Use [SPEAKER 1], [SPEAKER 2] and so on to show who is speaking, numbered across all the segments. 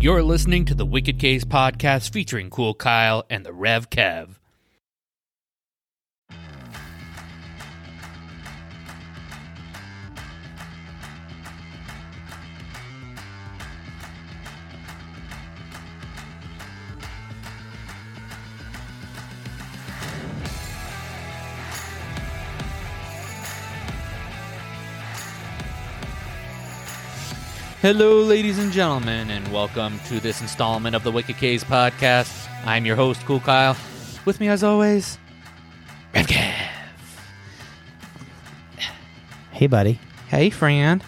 [SPEAKER 1] You're listening to the Wicked Case podcast featuring Cool Kyle and the Rev Kev. Hello, ladies and gentlemen, and welcome to this installment of the Wicked Case podcast. I'm your host, Cool Kyle. With me, as always, Rev Kev.
[SPEAKER 2] Hey, buddy.
[SPEAKER 1] Hey, Fran.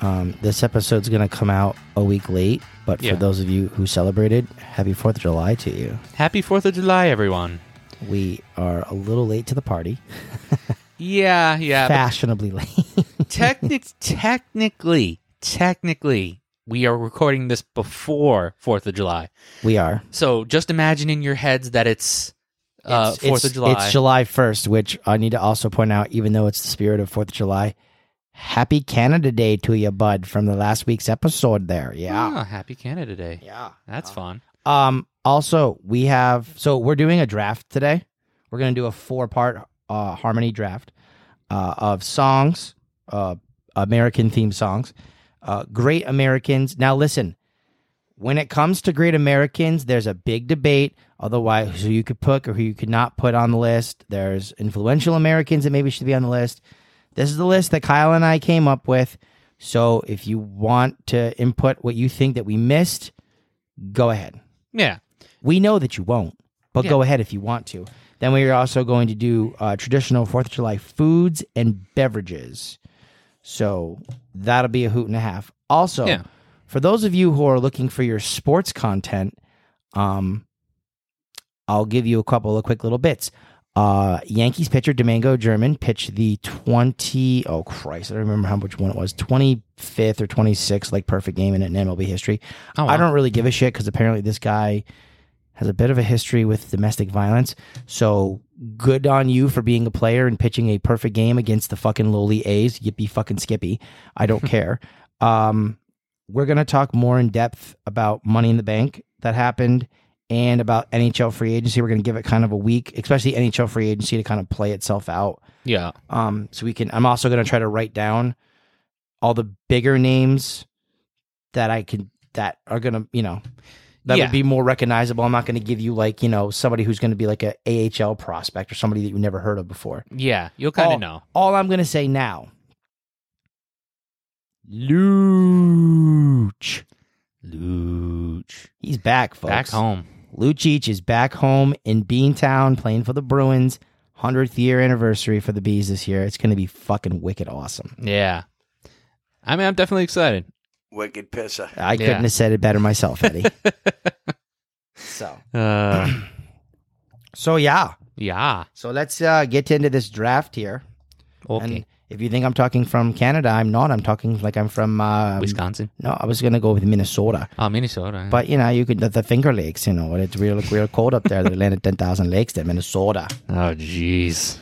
[SPEAKER 2] Um, this episode's going to come out a week late, but for
[SPEAKER 1] Yeah.
[SPEAKER 2] those of you who celebrated, happy 4th of July to you.
[SPEAKER 1] Happy 4th of July, everyone.
[SPEAKER 2] We are a little late to the party,
[SPEAKER 1] Yeah, yeah. but
[SPEAKER 2] fashionably late.
[SPEAKER 1] Technic- technically, technically, we are recording this before 4th of July.
[SPEAKER 2] we are.
[SPEAKER 1] So just imagine in your heads that it's uh,
[SPEAKER 2] It's-
[SPEAKER 1] 4th of
[SPEAKER 2] it's-
[SPEAKER 1] July.
[SPEAKER 2] It's July 1st, which I need to also point out, even though it's the spirit of 4th of July, happy Canada Day to you, bud, from the last week's episode there. Yeah.
[SPEAKER 1] Ah, happy Canada Day.
[SPEAKER 2] Yeah.
[SPEAKER 1] That's fun.
[SPEAKER 2] Um, also, we have so we're doing a draft today. We're gonna do a four part uh, harmony draft uh, of songs, uh, American theme songs, uh, great Americans. Now, listen, when it comes to great Americans, there's a big debate. Otherwise, who you could put or who you could not put on the list. There's influential Americans that maybe should be on the list. This is the list that Kyle and I came up with. So, if you want to input what you think that we missed, go ahead.
[SPEAKER 1] Yeah.
[SPEAKER 2] We know that you won't, but
[SPEAKER 1] Yeah.
[SPEAKER 2] go ahead if you want to. Then we are also going to do uh, traditional Fourth of July foods and beverages. So that'll be a hoot and a half. Also,
[SPEAKER 1] Yeah.
[SPEAKER 2] for those of you who are looking for your sports content, um, I'll give you a couple of quick little bits. Uh, Yankees pitcher Domingo German pitched the 20, oh Christ, I don't remember how much one it was, 25th or 26th, like perfect game in in MLB history.
[SPEAKER 1] Oh,
[SPEAKER 2] I don't really give a shit because apparently this guy has a bit of a history with domestic violence. So good on you for being a player and pitching a perfect game against the fucking lowly A's. Yippee fucking skippy. I don't care. Um, we're going to talk more in depth about Money in the Bank that happened and about NHL free agency. We're going to give it kind of a week, especially NHL free agency to kind of play itself out.
[SPEAKER 1] Yeah.
[SPEAKER 2] Um, so we can. I'm also going to try to write down all the bigger names that I can that are going to you know that
[SPEAKER 1] Yeah.
[SPEAKER 2] would be more recognizable. I'm not going to give you like you know somebody who's going to be like a AHL prospect or somebody that you never heard of before.
[SPEAKER 1] Yeah. You'll kind of
[SPEAKER 2] Oh.
[SPEAKER 1] know.
[SPEAKER 2] All I'm going to say now. Luch.
[SPEAKER 1] Luch.
[SPEAKER 2] He's back, folks.
[SPEAKER 1] Back home.
[SPEAKER 2] Lucic is back home in Beantown playing for the Bruins. 100th year anniversary for the Bees this year. It's going to be fucking wicked awesome.
[SPEAKER 1] Yeah. I mean, I'm definitely excited.
[SPEAKER 3] Wicked pisser.
[SPEAKER 2] I
[SPEAKER 1] Yeah.
[SPEAKER 2] couldn't have said it better myself, Eddie. so,
[SPEAKER 1] Uh,
[SPEAKER 2] so yeah.
[SPEAKER 1] yeah.
[SPEAKER 2] So let's uh, get into this draft here. And
[SPEAKER 1] Okay.
[SPEAKER 2] if you think I'm talking from Canada, I'm not. I'm talking like I'm from. Um,
[SPEAKER 1] Wisconsin.
[SPEAKER 2] no, I was gonna go with Minnesota,
[SPEAKER 1] Oh, Minnesota.
[SPEAKER 2] but you know, you could the, the Finger Lakes. You know, it's real, real cold up there. They landed ten thousand lakes there, Minnesota.
[SPEAKER 1] oh, jeez.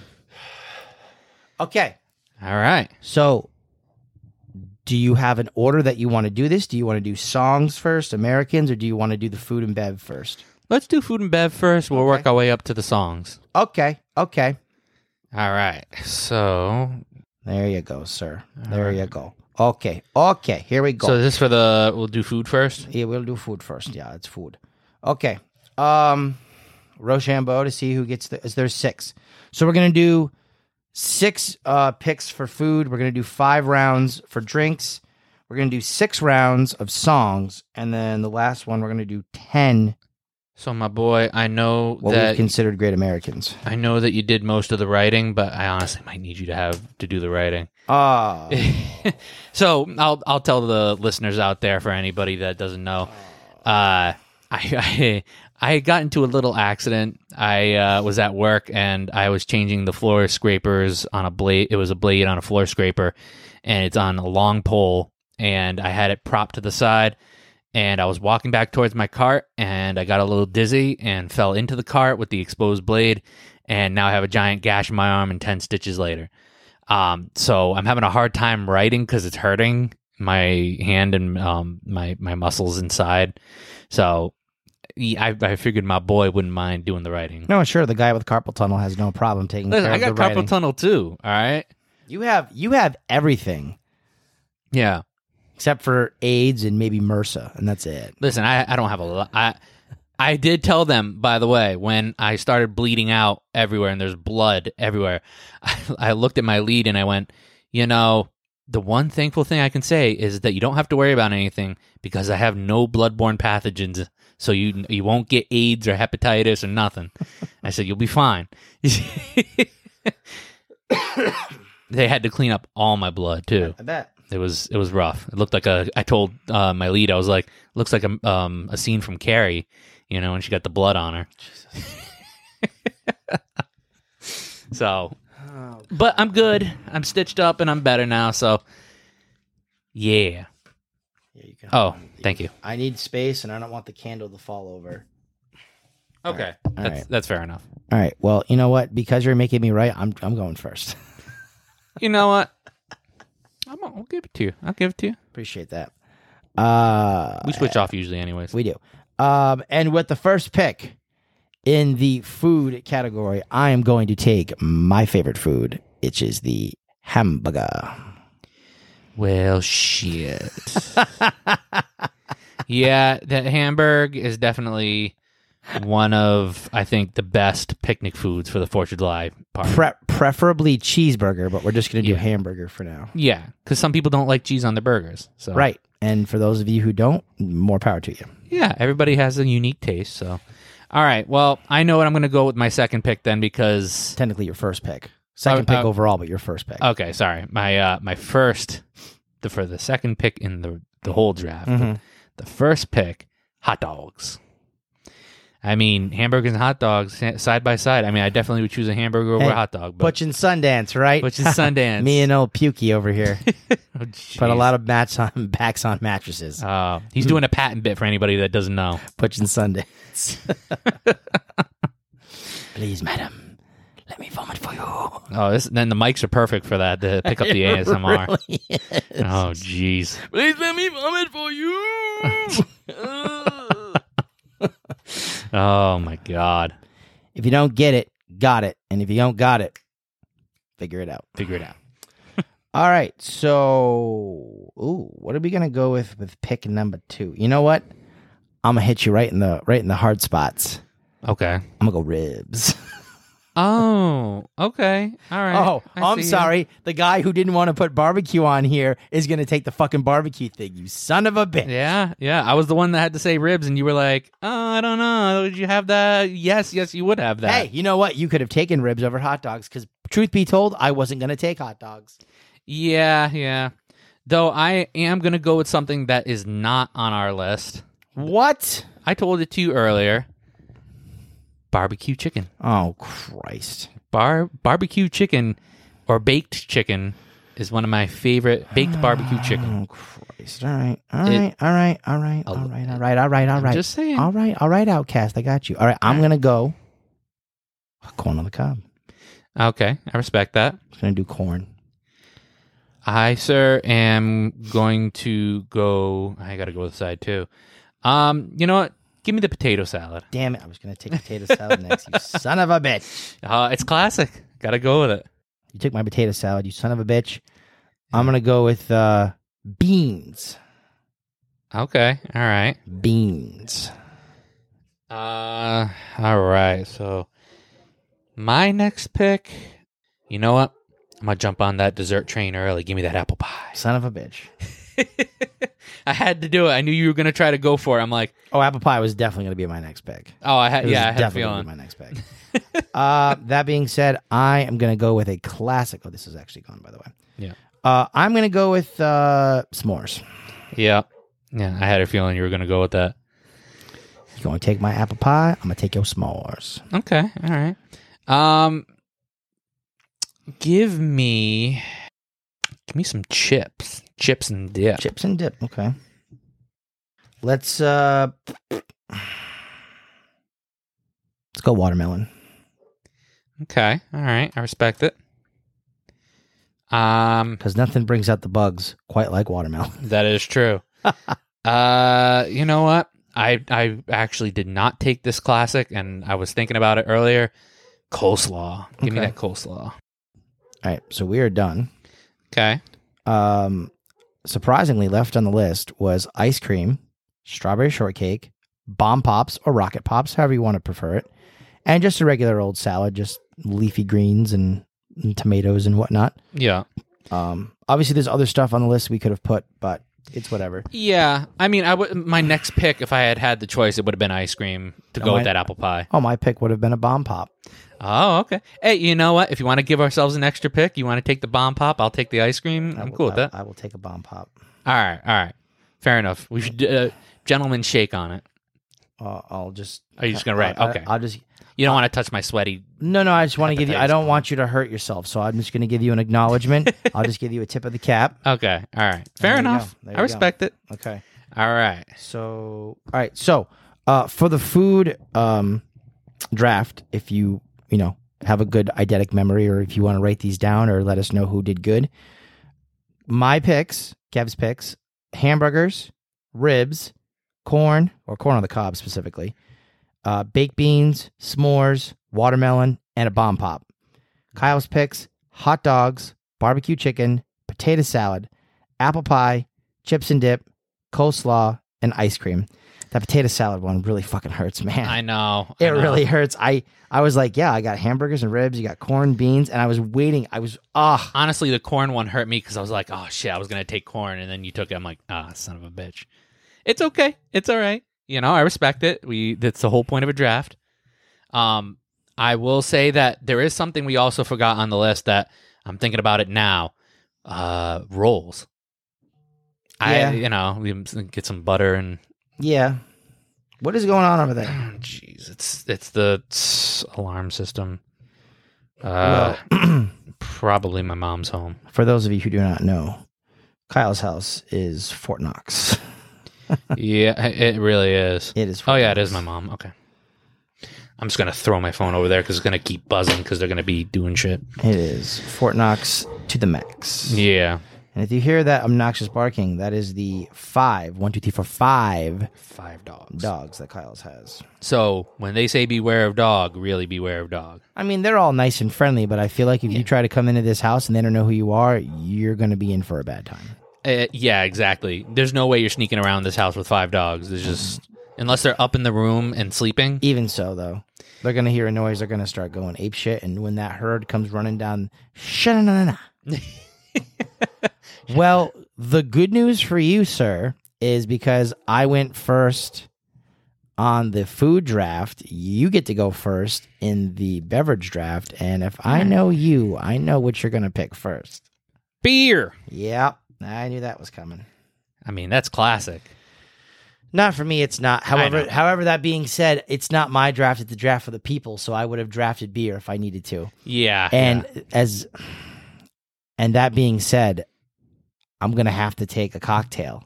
[SPEAKER 2] Okay,
[SPEAKER 1] All right.
[SPEAKER 2] so do you have an order that you want to do this? Do you want to do songs first, Americans, or do you want to do the food and bev first?
[SPEAKER 1] Let's do food and bev first. We'll work
[SPEAKER 2] Okay.
[SPEAKER 1] our way up to the songs.
[SPEAKER 2] Okay, okay.
[SPEAKER 1] All right. So,
[SPEAKER 2] There you go, sir. There you go. Okay, okay. Here we go.
[SPEAKER 1] so this for the we'll do food first.
[SPEAKER 2] yeah, we'll do food first. Yeah, it's food. Okay. Um, Rochambeau to see who gets the. Is there six? So we're gonna do six uh picks for food. We're gonna do five rounds for drinks. We're gonna do six rounds of songs, and then the last one we're gonna do ten.
[SPEAKER 1] So, my boy, I know
[SPEAKER 2] What
[SPEAKER 1] that
[SPEAKER 2] we've considered great Americans.
[SPEAKER 1] I know that you did most of the writing, but I honestly might need you to have to do the writing.
[SPEAKER 2] Ah,
[SPEAKER 1] so I'll I'll tell the listeners out there for anybody that doesn't know. Uh, I I, I got into a little accident. I uh, was at work and I was changing the floor scrapers on a blade. It was a blade on a floor scraper, and it's on a long pole. And I had it propped to the side, and I was walking back towards my cart, and I got a little dizzy and fell into the cart with the exposed blade, and now I have a giant gash in my arm and ten stitches later. Um, so I'm having a hard time writing because it's hurting my hand and um my my muscles inside. So y- I I figured my boy wouldn't mind doing the writing.
[SPEAKER 2] No, sure. The guy with carpal tunnel has no problem taking
[SPEAKER 1] Listen,
[SPEAKER 2] care
[SPEAKER 1] I
[SPEAKER 2] of
[SPEAKER 1] got
[SPEAKER 2] the writing.
[SPEAKER 1] carpal tunnel too. All right.
[SPEAKER 2] you have you have everything
[SPEAKER 1] Yeah.
[SPEAKER 2] except for AIDS and maybe MRSA, and that's it.
[SPEAKER 1] Listen, I, I don't have a lot. I, I did tell them, by the way, when I started bleeding out everywhere and there's blood everywhere, I, I looked at my lead and I went, you know, the one thankful thing I can say is that you don't have to worry about anything because I have no bloodborne pathogens. So you you won't get AIDS or hepatitis or nothing. I said you'll be fine. they had to clean up all my blood too.
[SPEAKER 2] I bet.
[SPEAKER 1] It was it was rough. It looked like a. I told uh, my lead, I was like, looks like a um a scene from Carrie, you know, and she got the blood on her. so, but I'm good. I'm stitched up and I'm better now. So, yeah.
[SPEAKER 2] Here you go.
[SPEAKER 1] Oh, thank you.
[SPEAKER 2] I need space, and I don't want the candle to fall over.
[SPEAKER 1] Okay, that's
[SPEAKER 2] right.
[SPEAKER 1] that's fair enough.
[SPEAKER 2] All right. Well, you know what? Because you're making me right, I'm I'm going first.
[SPEAKER 1] You know what? I'm, I'll give it to you. I'll give it to you.
[SPEAKER 2] Appreciate that. Uh,
[SPEAKER 1] We switch off usually, anyways.
[SPEAKER 2] we do. Um, and with the first pick in the food category, I am going to take my favorite food, which is the hamburger.
[SPEAKER 1] Well, shit. yeah, that Hamburg is definitely one of I think the best picnic foods for the Fourth of July party.
[SPEAKER 2] Pre- preferably cheeseburger, but we're just going to do
[SPEAKER 1] Yeah.
[SPEAKER 2] hamburger for now.
[SPEAKER 1] yeah, because some people don't like cheese on their burgers. So
[SPEAKER 2] Right. And for those of you who don't, more power to you.
[SPEAKER 1] yeah, everybody has a unique taste. So, all right, well, I know what I'm going to go with my second pick then because
[SPEAKER 2] Technically, your first pick. Second
[SPEAKER 1] Uh,
[SPEAKER 2] pick
[SPEAKER 1] uh,
[SPEAKER 2] overall, but your first pick.
[SPEAKER 1] okay, sorry, my uh my first the for the second pick in the the whole draft.
[SPEAKER 2] Mhm.
[SPEAKER 1] The first pick, hot dogs. I mean, hamburgers and hot dogs ha- side by side. I mean, I definitely would choose a hamburger over
[SPEAKER 2] Hey,
[SPEAKER 1] a hot dog, but
[SPEAKER 2] Butch and Sundance, right?
[SPEAKER 1] Butch and Sundance.
[SPEAKER 2] Me and old Pukey over here.
[SPEAKER 1] oh,
[SPEAKER 2] Put a lot of mats on backs on mattresses.
[SPEAKER 1] Uh, he's doing a patent bit for anybody that doesn't know.
[SPEAKER 2] Butch and Sundance. Please, madam, let me vomit for you.
[SPEAKER 1] Oh, this, then the mics are perfect for that to pick up the ASMR.
[SPEAKER 2] Really is.
[SPEAKER 1] Oh, jeez.
[SPEAKER 2] Please let me vomit for you.
[SPEAKER 1] Oh my God.
[SPEAKER 2] if you don't get it, got it. And if you don't got it, figure it out.
[SPEAKER 1] Figure it out.
[SPEAKER 2] All right. So, ooh, what are we gonna go with with pick number two? You know what? I'm gonna hit you right in the right in the hard spots.
[SPEAKER 1] Okay.
[SPEAKER 2] I'm gonna go ribs.
[SPEAKER 1] Oh, okay. All right.
[SPEAKER 2] Oh,
[SPEAKER 1] I
[SPEAKER 2] I'm
[SPEAKER 1] see you.
[SPEAKER 2] sorry. The guy who didn't want to put barbecue on here is going to take the fucking barbecue thing. You son of a bitch.
[SPEAKER 1] Yeah, yeah. I was the one that had to say ribs, and you were like, "Oh, I don't know. Would you have that? Yes, yes, you would have that."
[SPEAKER 2] Hey, you know what? You could have taken ribs over hot dogs because, truth be told, I wasn't going to take hot dogs.
[SPEAKER 1] Yeah, yeah. Though I am gonna go with something that is not on our list.
[SPEAKER 2] What?
[SPEAKER 1] I told it to you earlier. Barbecue chicken,
[SPEAKER 2] Oh, Christ.
[SPEAKER 1] bar barbecue chicken, or baked chicken is one of my favorite baked barbecue chicken.
[SPEAKER 2] Oh, Christ. All right. All
[SPEAKER 1] It-
[SPEAKER 2] right. all right. All right. All right. All right. All right. All
[SPEAKER 1] I'm
[SPEAKER 2] right.
[SPEAKER 1] just saying.
[SPEAKER 2] All right. All right, Outcast. I got you. All right. I'm going to go corn on the cob.
[SPEAKER 1] Okay, I respect that.
[SPEAKER 2] I'm going to do corn.
[SPEAKER 1] I, sir, am going to go. I gotta go with the side too. Um, you know what? Give me the potato salad.
[SPEAKER 2] Damn it. I was going to take potato salad next. You son of a bitch.
[SPEAKER 1] Uh, it's classic. Gotta go with it.
[SPEAKER 2] You took my potato salad, you son of a bitch. I'm gonna go with uh, beans.
[SPEAKER 1] Okay. All right.
[SPEAKER 2] Beans.
[SPEAKER 1] Uh, all right. So my next pick, you know what? I'm gonna jump on that dessert train early. Give me that apple pie.
[SPEAKER 2] Son of a bitch.
[SPEAKER 1] I had to do it. I knew you were gonna try to go for it. I'm like,
[SPEAKER 2] Oh, apple pie was definitely gonna be my next pick.
[SPEAKER 1] oh, I
[SPEAKER 2] It
[SPEAKER 1] had,
[SPEAKER 2] was
[SPEAKER 1] yeah, I had a
[SPEAKER 2] definitely
[SPEAKER 1] feeling.
[SPEAKER 2] gonna be my next pick. uh, that being said, I am gonna go with a classic. Oh, this is actually gone, by the way.
[SPEAKER 1] Yeah.
[SPEAKER 2] Uh, I'm gonna go with uh, s'mores.
[SPEAKER 1] Yeah, yeah, I had a feeling you were gonna go with that.
[SPEAKER 2] You gonna take my apple pie? I'm gonna take your s'mores.
[SPEAKER 1] Okay, all right. Um, give me, give me some chips, chips and dip.
[SPEAKER 2] Chips and dip. Okay. Let's uh, let's go watermelon.
[SPEAKER 1] Okay. All right. I respect it. Um,
[SPEAKER 2] because nothing brings out the bugs quite like watermelon.
[SPEAKER 1] that is true. uh, you know what? I I actually did not take this classic, and I was thinking about it earlier. Coleslaw. Give me
[SPEAKER 2] Okay.
[SPEAKER 1] that coleslaw.
[SPEAKER 2] All right, so we are done.
[SPEAKER 1] Okay.
[SPEAKER 2] Um, surprisingly, left on the list was ice cream, strawberry shortcake, bomb pops or rocket pops, however you want to prefer it, and just a regular old salad, just leafy greens and, and tomatoes and whatnot.
[SPEAKER 1] Yeah.
[SPEAKER 2] Um, obviously, there's other stuff on the list we could have put, but it's whatever.
[SPEAKER 1] Yeah. I mean, I would. My next pick, if I had had the choice, it would have been ice cream to go
[SPEAKER 2] Oh,
[SPEAKER 1] with
[SPEAKER 2] I-
[SPEAKER 1] that apple pie.
[SPEAKER 2] Oh, my pick would have been a bomb pop.
[SPEAKER 1] Oh, okay. Hey, you know what? If you want to give ourselves an extra pick, you want to take the bomb pop. I'll take the ice cream.
[SPEAKER 2] I
[SPEAKER 1] I'm
[SPEAKER 2] will-
[SPEAKER 1] cool with
[SPEAKER 2] I-
[SPEAKER 1] that.
[SPEAKER 2] I will take a bomb pop.
[SPEAKER 1] All right. All right. Fair enough. We should uh, gentlemen shake on it.
[SPEAKER 2] Uh, I'll just.
[SPEAKER 1] Are you just gonna write?
[SPEAKER 2] I- I-
[SPEAKER 1] Okay.
[SPEAKER 2] I'll just.
[SPEAKER 1] You don't want to touch my sweaty.
[SPEAKER 2] No, no. I just want to give you. I
[SPEAKER 1] Appetizing.
[SPEAKER 2] don't want you to hurt yourself, so I'm just going to give you an acknowledgement. I'll just give you a tip of the cap.
[SPEAKER 1] Okay. All right. Fair
[SPEAKER 2] There you go.
[SPEAKER 1] enough.
[SPEAKER 2] There you
[SPEAKER 1] I
[SPEAKER 2] go.
[SPEAKER 1] respect it.
[SPEAKER 2] Okay.
[SPEAKER 1] All right.
[SPEAKER 2] So, all right. So, uh, for the food um, draft, if you you know have a good eidetic memory, or if you want to write these down, or let us know who did good. My picks, Kev's picks: hamburgers, ribs, corn or corn on the cob specifically, uh, baked beans, s'mores, watermelon, and a bomb pop. Kyle's picks: hot dogs, barbecue chicken, potato salad, apple pie, chips and dip, coleslaw, and ice cream. That potato salad one really fucking hurts, man.
[SPEAKER 1] I know. I
[SPEAKER 2] it
[SPEAKER 1] know.
[SPEAKER 2] really hurts. I I was like, yeah, I got hamburgers and ribs, you got corn, beans, and I was waiting. I was ah,
[SPEAKER 1] Honestly, the corn one hurt me because I was like, oh shit, I was gonna take corn, and then you took it. I'm like, ah, son of a bitch. It's okay. It's all right. You know, I respect it. We that's the whole point of a draft. Um, I will say that there is something we also forgot on the list that I'm thinking about it now. Uh, rolls.
[SPEAKER 2] Yeah.
[SPEAKER 1] I you know we get some butter and
[SPEAKER 2] yeah. What is going on over there?
[SPEAKER 1] jeez, it's it's the tss alarm system. Uh,
[SPEAKER 2] Well,
[SPEAKER 1] probably my mom's home.
[SPEAKER 2] for those of you who do not know, Kyle's house is Fort Knox.
[SPEAKER 1] yeah, it really is.
[SPEAKER 2] It is.
[SPEAKER 1] Oh
[SPEAKER 2] Fort
[SPEAKER 1] yeah, it is my
[SPEAKER 2] Knox.
[SPEAKER 1] mom. Okay. I'm just gonna throw my phone over there because it's gonna keep buzzing because they're gonna be doing shit.
[SPEAKER 2] It is Fort Knox to the max.
[SPEAKER 1] Yeah,
[SPEAKER 2] And if you hear that obnoxious barking, that is the five, one, two, three, four, five
[SPEAKER 1] five dogs.
[SPEAKER 2] dogs that Kyle's has.
[SPEAKER 1] So when they say beware of dog, really beware of dog.
[SPEAKER 2] I mean, they're all nice and friendly, but I feel like if you try to come into this house and they don't know who you are, you're going to be in for a bad time.
[SPEAKER 1] Uh, yeah, exactly. There's no way you're sneaking around this house with five dogs. There's just unless they're up in the room and sleeping.
[SPEAKER 2] Even so, though, they're going to hear a noise. They're going to start going ape shit. And when that herd comes running down, sha-na-na-na-na. well, the good news for you, sir, is because I went first on the food draft, you get to go first in the beverage draft. And if I know you, I know what you're going to pick first.
[SPEAKER 1] Beer.
[SPEAKER 2] Yep. I knew that was coming.
[SPEAKER 1] I mean, that's classic.
[SPEAKER 2] Not for me, it's not. However,
[SPEAKER 1] know.
[SPEAKER 2] however, that being said, it's not my draft. It's the draft for the people. So I would have drafted beer if I needed to.
[SPEAKER 1] Yeah.
[SPEAKER 2] And as, and that being said, I'm gonna have to take a cocktail.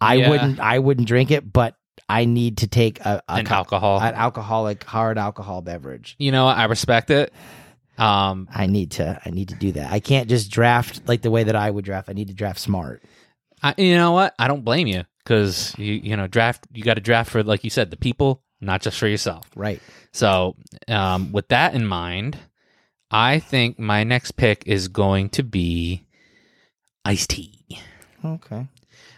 [SPEAKER 2] I
[SPEAKER 1] Yeah.
[SPEAKER 2] wouldn't. I wouldn't drink it, but I need to take a,
[SPEAKER 1] yeah.
[SPEAKER 2] a
[SPEAKER 1] and
[SPEAKER 2] co-
[SPEAKER 1] alcohol.
[SPEAKER 2] an alcoholic hard alcohol beverage.
[SPEAKER 1] you know, I respect it. Um,
[SPEAKER 2] I need to. I need to do that. I can't just draft like the way that I would draft. I need to draft smart.
[SPEAKER 1] I, you know what? I don't blame you because you you know draft you got to draft for like you said the people, not just for yourself.
[SPEAKER 2] Right.
[SPEAKER 1] So um, with that in mind, I think my next pick is going to be iced tea.
[SPEAKER 2] Okay.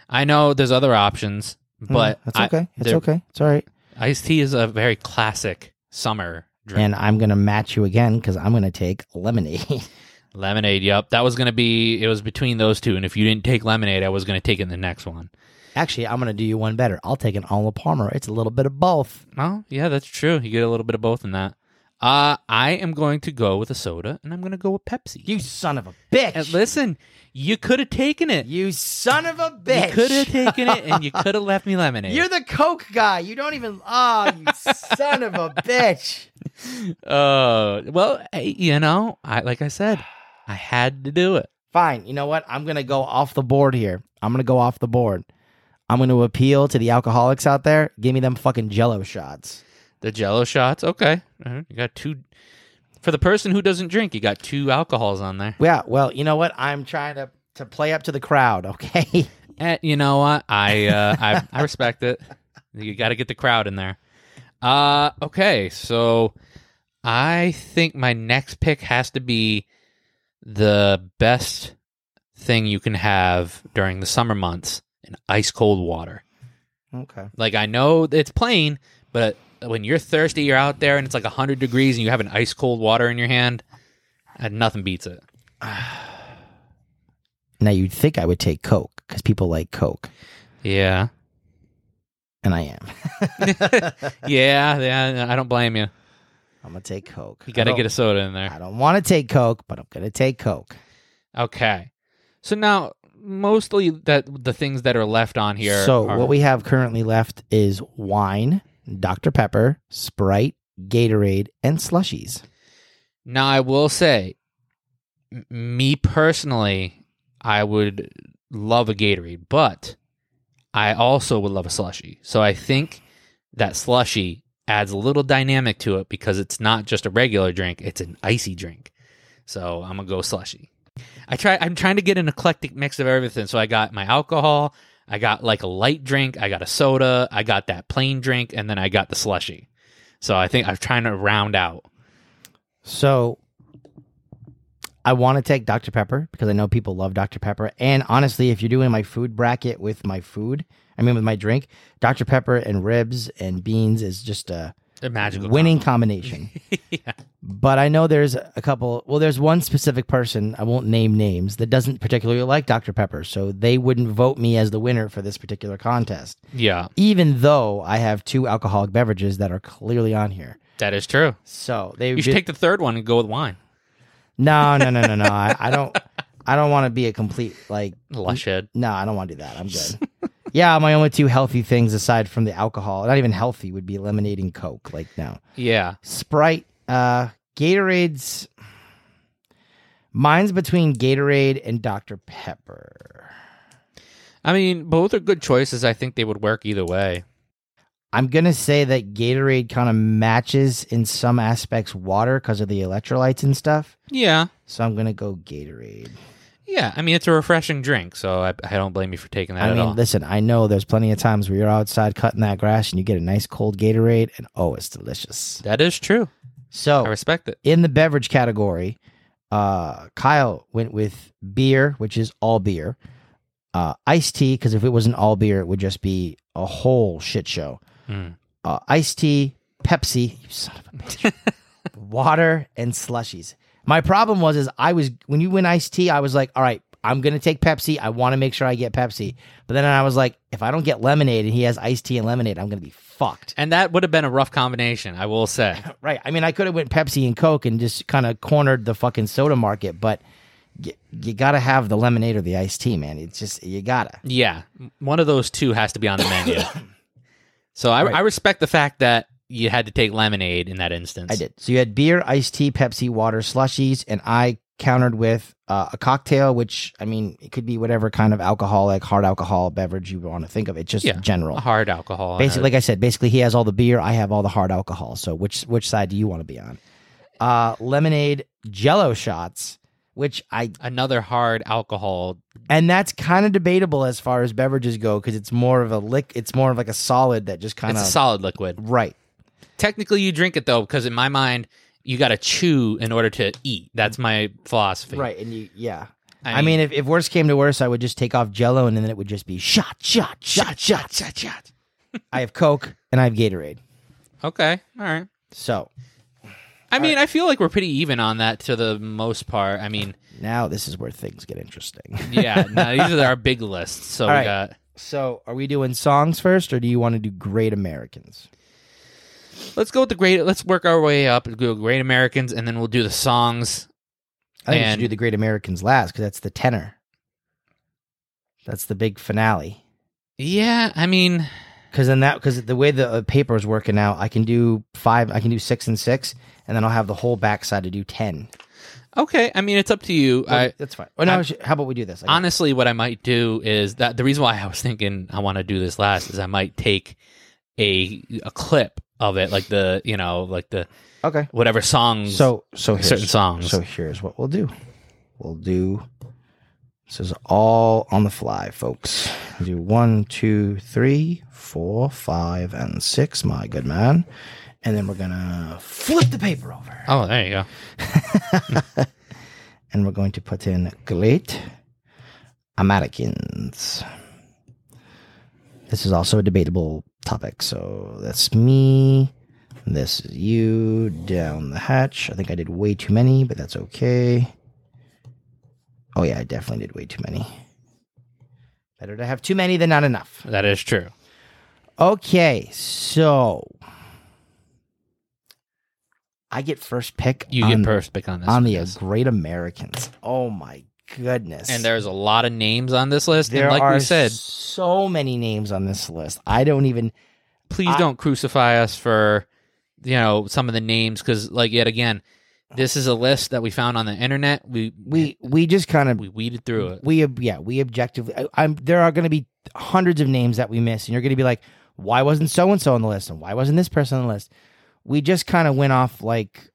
[SPEAKER 1] I know there's other options, but
[SPEAKER 2] Mm, that's
[SPEAKER 1] I-
[SPEAKER 2] okay. It's
[SPEAKER 1] they're-
[SPEAKER 2] okay. It's all right.
[SPEAKER 1] iced tea is a very classic summer drink.
[SPEAKER 2] And I'm gonna match you again because I'm gonna take lemonade.
[SPEAKER 1] lemonade. Yep, that was gonna be. It was between those two, and if you didn't take lemonade, I was gonna take in the next one.
[SPEAKER 2] Actually, I'm gonna do you one better. I'll take an Ala Palmer. It's a little bit of both.
[SPEAKER 1] Oh, yeah, that's true. You get a little bit of both in that. Uh, I am going to go with a soda, and I'm going to go with Pepsi.
[SPEAKER 2] You son of a bitch.
[SPEAKER 1] And listen, you could have taken it.
[SPEAKER 2] You son of a bitch.
[SPEAKER 1] You could have taken it, and you could have left me lemonade.
[SPEAKER 2] You're the Coke guy. You don't even. Ah, you son of a bitch.
[SPEAKER 1] Uh, well, hey, you know, I like I said, I had to do it.
[SPEAKER 2] Fine. You know what? I'm going to go off the board here. I'm going to go off the board. I'm going to appeal to the alcoholics out there. Give me them fucking jello shots.
[SPEAKER 1] The Jello shots, okay. Uh, You got Uh-huh. two For the person who doesn't drink, you got two alcohols on there.
[SPEAKER 2] Yeah, well, you know what? I'm trying to to play up to the crowd, okay?
[SPEAKER 1] Eh, you know what? I uh, I, I respect it. You got to get the crowd in there. Uh, okay, so I think my next pick has to be the best thing you can have during the summer months in ice cold water.
[SPEAKER 2] okay.
[SPEAKER 1] Like I know it's plain, but when you're thirsty, you're out there and it's like 100 degrees and you have an ice cold water in your hand, and nothing beats it.
[SPEAKER 2] Now you'd think I would take Coke because people like Coke,
[SPEAKER 1] Yeah.
[SPEAKER 2] and I am.
[SPEAKER 1] Yeah, yeah, I don't blame you.
[SPEAKER 2] I'm gonna take Coke.
[SPEAKER 1] You got to get a soda in there.
[SPEAKER 2] I don't want to take Coke, but I'm gonna take Coke.
[SPEAKER 1] Okay. So now mostly that the things that are left on here.
[SPEAKER 2] so
[SPEAKER 1] are-
[SPEAKER 2] what we have currently left is wine, Dr Pepper, Sprite, Gatorade, and slushies.
[SPEAKER 1] now I will say, m- me personally, I would love a Gatorade, but I also would love a slushie. So I think that slushie adds a little dynamic to it because it's not just a regular drink; it's an icy drink. So I'm gonna go slushy. I try. I'm trying to get an eclectic mix of everything. So I got my alcohol. I got like a light drink. I got a soda. I got that plain drink, and then I got the slushy. So I think I'm trying to round out.
[SPEAKER 2] So I want to take Dr. Pepper because I know people love Dr. Pepper. And honestly, if you're doing my food bracket with my food, I mean with my drink, Dr. Pepper and ribs and beans is just a
[SPEAKER 1] A magical
[SPEAKER 2] winning combination. But I know there's a couple, well, there's one specific person, I won't name names, that doesn't particularly like Dr. Pepper. So they wouldn't vote me as the winner for this particular contest,
[SPEAKER 1] combo. Yeah,
[SPEAKER 2] even though I have two alcoholic beverages that are clearly on here.
[SPEAKER 1] that is true.
[SPEAKER 2] So they
[SPEAKER 1] You should take the third one and go with wine.
[SPEAKER 2] No, no, no, no, no. I, I don't. I don't want to be a complete like.
[SPEAKER 1] Lush head.
[SPEAKER 2] No, I don't want to do that. I'm good. yeah, my only two healthy things aside from the alcohol, not even healthy, would be eliminating Coke. Like no,
[SPEAKER 1] Yeah.
[SPEAKER 2] Sprite, uh, Gatorades. Mine's between Gatorade and Dr Pepper.
[SPEAKER 1] I mean, both are good choices. I think they would work either way.
[SPEAKER 2] I'm gonna say that Gatorade kind of matches in some aspects water because of the electrolytes and stuff.
[SPEAKER 1] Yeah.
[SPEAKER 2] So I'm gonna go Gatorade.
[SPEAKER 1] Yeah. I mean, it's a refreshing drink, so I, I don't blame you for taking that
[SPEAKER 2] I
[SPEAKER 1] at
[SPEAKER 2] mean,
[SPEAKER 1] all.
[SPEAKER 2] listen, I know there's plenty of times where you're outside cutting that grass and you get a nice cold Gatorade, and oh, it's delicious.
[SPEAKER 1] that is true. I
[SPEAKER 2] So,
[SPEAKER 1] respect it.
[SPEAKER 2] in the beverage category, uh, Kyle went with beer, which is all beer, uh, iced tea, because if it wasn't all beer, it would just be a whole shit show.
[SPEAKER 1] Mm.
[SPEAKER 2] Uh, iced tea, Pepsi, you son of a bitch, water, and slushies. My problem was is I was when you win iced tea, I was like, all right, I'm gonna take Pepsi. I want to make sure I get Pepsi. But then I was like, if I don't get lemonade and he has iced tea and lemonade, I'm gonna be fucked.
[SPEAKER 1] And that would have been a rough combination, I will say.
[SPEAKER 2] Right. I mean, I could have went Pepsi and Coke and just kind of cornered the fucking soda market, but y- you gotta have the lemonade or the iced tea, man. It's just you gotta.
[SPEAKER 1] Yeah, m- one of those two has to be on the menu. so I, I respect the fact that you had to take lemonade in that instance.
[SPEAKER 2] I did. So you had beer, iced tea, Pepsi, water, slushies, and I countered with uh, a cocktail, which I mean, it could be whatever kind of alcoholic, hard alcohol beverage you want to think of. It's just
[SPEAKER 1] Yeah.
[SPEAKER 2] general.
[SPEAKER 1] A hard alcohol. and
[SPEAKER 2] Basically, like I said, basically he has all the beer, I have all the hard alcohol. So which which side do you want to be on? Uh, lemonade, Jello shots, which I
[SPEAKER 1] a- another hard alcohol.
[SPEAKER 2] and that's kind of debatable as far as beverages go because it's more of a lick. It's more of like a solid that just kind
[SPEAKER 1] It's a
[SPEAKER 2] of
[SPEAKER 1] solid liquid.
[SPEAKER 2] right.
[SPEAKER 1] Technically, you drink it though, because in my mind, you got to chew in order to eat. That's my philosophy.
[SPEAKER 2] Right, and you, yeah.
[SPEAKER 1] I
[SPEAKER 2] I, mean, if, if worse came to worse, I would just take off Jello, and then it would just be shot, shot, shot, shot, shot, shot. I have Coke and I have Gatorade.
[SPEAKER 1] Okay. All right.
[SPEAKER 2] So
[SPEAKER 1] I mean, I feel like we're pretty even on that to the most part. I mean,
[SPEAKER 2] now this is where things get interesting.
[SPEAKER 1] yeah, no, these are our big lists. So we
[SPEAKER 2] right.
[SPEAKER 1] got
[SPEAKER 2] so, are we doing songs first, or do you want to do Great Americans?
[SPEAKER 1] let's go with the great. Let's work our way up. Go Great Americans, and then we'll do the songs.
[SPEAKER 2] I think we
[SPEAKER 1] And-
[SPEAKER 2] should do the Great Americans last because that's the tenor. That's the big finale.
[SPEAKER 1] Yeah, I mean,
[SPEAKER 2] Because then that because the way the uh, paper is working out, I can do five, I can do six and six, and then I'll have the whole backside to do ten.
[SPEAKER 1] okay. I mean, it's up to you. I,
[SPEAKER 2] that's fine. Or no, sh- how about we do this? I got-
[SPEAKER 1] honestly, what I might do is that the reason why I was thinking I want to do this last is I might take a a clip of it, like the you know, like the
[SPEAKER 2] Okay.
[SPEAKER 1] whatever songs.
[SPEAKER 2] So so here's,
[SPEAKER 1] certain songs.
[SPEAKER 2] So here's what we'll do. We'll do. This is all on the fly, folks. We'll do one, two, three, four, five, and six. My good man. And then we're gonna flip the paper over,
[SPEAKER 1] oh, there you go.
[SPEAKER 2] and we're going to put in great Americans. This is also a debatable topic. So that's me. This is you down the hatch. I think I did way too many, but that's okay. Oh, yeah, I definitely did way too many. Better to have too many than not enough.
[SPEAKER 1] That is true.
[SPEAKER 2] Okay, so I get first pick
[SPEAKER 1] You
[SPEAKER 2] on,
[SPEAKER 1] get first pick on this.
[SPEAKER 2] on
[SPEAKER 1] one,
[SPEAKER 2] the
[SPEAKER 1] yes.
[SPEAKER 2] Great Americans. Oh, my goodness.
[SPEAKER 1] and there's a lot of names on this list.
[SPEAKER 2] There
[SPEAKER 1] and like
[SPEAKER 2] are
[SPEAKER 1] we said,
[SPEAKER 2] so many names on this list. I don't even.
[SPEAKER 1] please
[SPEAKER 2] I-
[SPEAKER 1] don't crucify us for you know some of the names because like yet again, this is a list that we found on the internet. We
[SPEAKER 2] We we just kind of
[SPEAKER 1] we weeded through it.
[SPEAKER 2] we ob- yeah we objectively I, i'm there are going to be hundreds of names that we miss and you're going to be like why wasn't so and so on the list and why wasn't this person on the list we just kind of went off like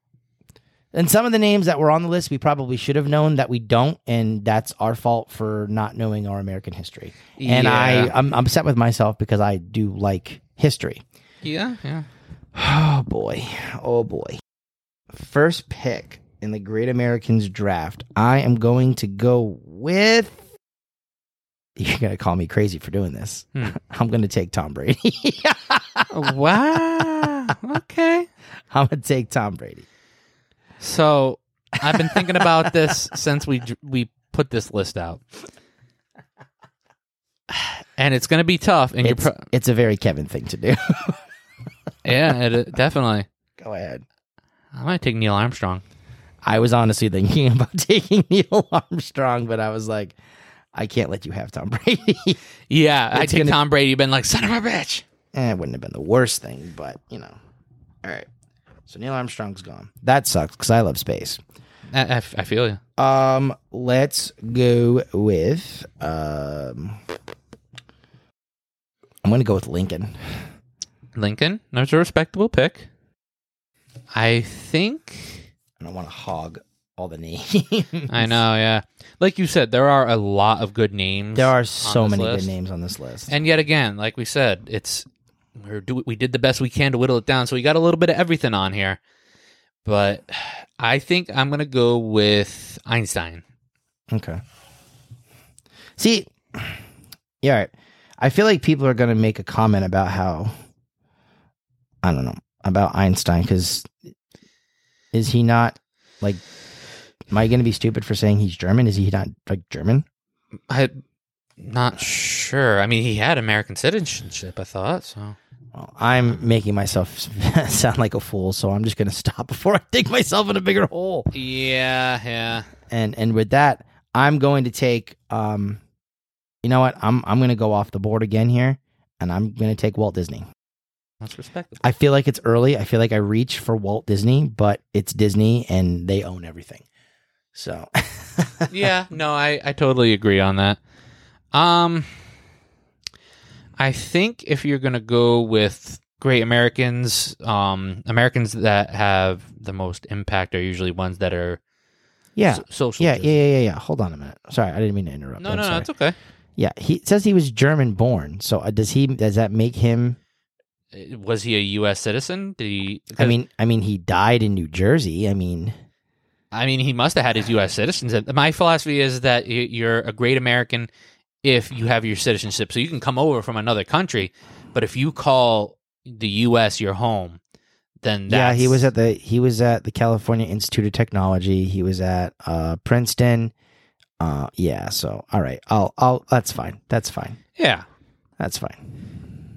[SPEAKER 2] and some of the names that were on the list we probably should have known that we don't and that's our fault for not knowing our american history and i
[SPEAKER 1] Yeah.
[SPEAKER 2] I'm, I'm upset with myself because i do like history
[SPEAKER 1] yeah yeah.
[SPEAKER 2] Oh boy. Oh boy. First pick in the Great Americans draft. I am going to go with You're going to call me crazy for doing this.
[SPEAKER 1] Hmm.
[SPEAKER 2] I'm going to take Tom Brady.
[SPEAKER 1] wow. Okay.
[SPEAKER 2] I'm going to take Tom Brady.
[SPEAKER 1] So I've been thinking about this since we we put this list out, and it's going to be tough. And you're
[SPEAKER 2] It's,
[SPEAKER 1] pro-
[SPEAKER 2] it's a very Kevin thing to do.
[SPEAKER 1] yeah, it, definitely.
[SPEAKER 2] go ahead.
[SPEAKER 1] I might take Neil Armstrong.
[SPEAKER 2] I was honestly thinking about taking Neil Armstrong, but I was like I can't let you have Tom Brady.
[SPEAKER 1] Yeah, I
[SPEAKER 2] It's
[SPEAKER 1] take
[SPEAKER 2] gonna-
[SPEAKER 1] Tom Brady. Been like son of a bitch.
[SPEAKER 2] Eh, it wouldn't have been the worst thing, but you know. All right. So Neil Armstrong's gone. That sucks because I love space.
[SPEAKER 1] I, I f- I feel you.
[SPEAKER 2] Um, let's go with um. I'm gonna go with Lincoln.
[SPEAKER 1] Lincoln, that's a respectable pick. I think
[SPEAKER 2] I don't want to hog all the names.
[SPEAKER 1] I know. Yeah, like you said, there are a lot of good names.
[SPEAKER 2] There are
[SPEAKER 1] on
[SPEAKER 2] so
[SPEAKER 1] this
[SPEAKER 2] many
[SPEAKER 1] list.
[SPEAKER 2] good names on this list.
[SPEAKER 1] And yet again, like we said, it's we're do, we did the best we can to whittle it down. So we got a little bit of everything on here. But I think I'm gonna go with Einstein.
[SPEAKER 2] okay. See, yeah, all right. I feel like people are gonna make a comment about how I don't know about Einstein because is he not like? Am I gonna be stupid for saying he's German? Is he not like German?
[SPEAKER 1] I'm not sure. I mean, he had American citizenship. I thought so.
[SPEAKER 2] Well, I'm making myself sound like a fool, so I'm just going to stop before I dig myself in a bigger hole.
[SPEAKER 1] Oh, Yeah, yeah.
[SPEAKER 2] And and with that, I'm going to take um you know what? I'm I'm going to go off the board again here and I'm going to take Walt Disney.
[SPEAKER 1] That's respectable.
[SPEAKER 2] I feel like it's early. I feel like I reach for Walt Disney, but it's Disney and they own everything. So,
[SPEAKER 1] yeah, no, I I totally agree on that. Um, I think if you're gonna go with great Americans, um, Americans that have the most impact are usually ones that are
[SPEAKER 2] yeah.
[SPEAKER 1] so- social.
[SPEAKER 2] Yeah, yeah,
[SPEAKER 1] justice.
[SPEAKER 2] yeah, yeah, yeah. Hold on a minute. Sorry, I didn't mean to interrupt.
[SPEAKER 1] No,
[SPEAKER 2] I'm
[SPEAKER 1] no, no,
[SPEAKER 2] sorry.
[SPEAKER 1] it's okay.
[SPEAKER 2] yeah, he says he was German born. So, uh, does he does that make him
[SPEAKER 1] Uh, Was he a U.S. citizen? Did he?
[SPEAKER 2] I mean, I mean, he died in New Jersey. I mean,
[SPEAKER 1] I mean, he must have had his U.S. citizenship. My philosophy is that y- you're a great American if you have your citizenship. So you can come over from another country, but if you call the U.S. your home, then
[SPEAKER 2] yeah,
[SPEAKER 1] that's,
[SPEAKER 2] he was at the he was at the California Institute of Technology. He was at uh, Princeton. Uh, yeah. So, all right, I'll I'll that's fine. That's fine.
[SPEAKER 1] yeah,
[SPEAKER 2] That's fine.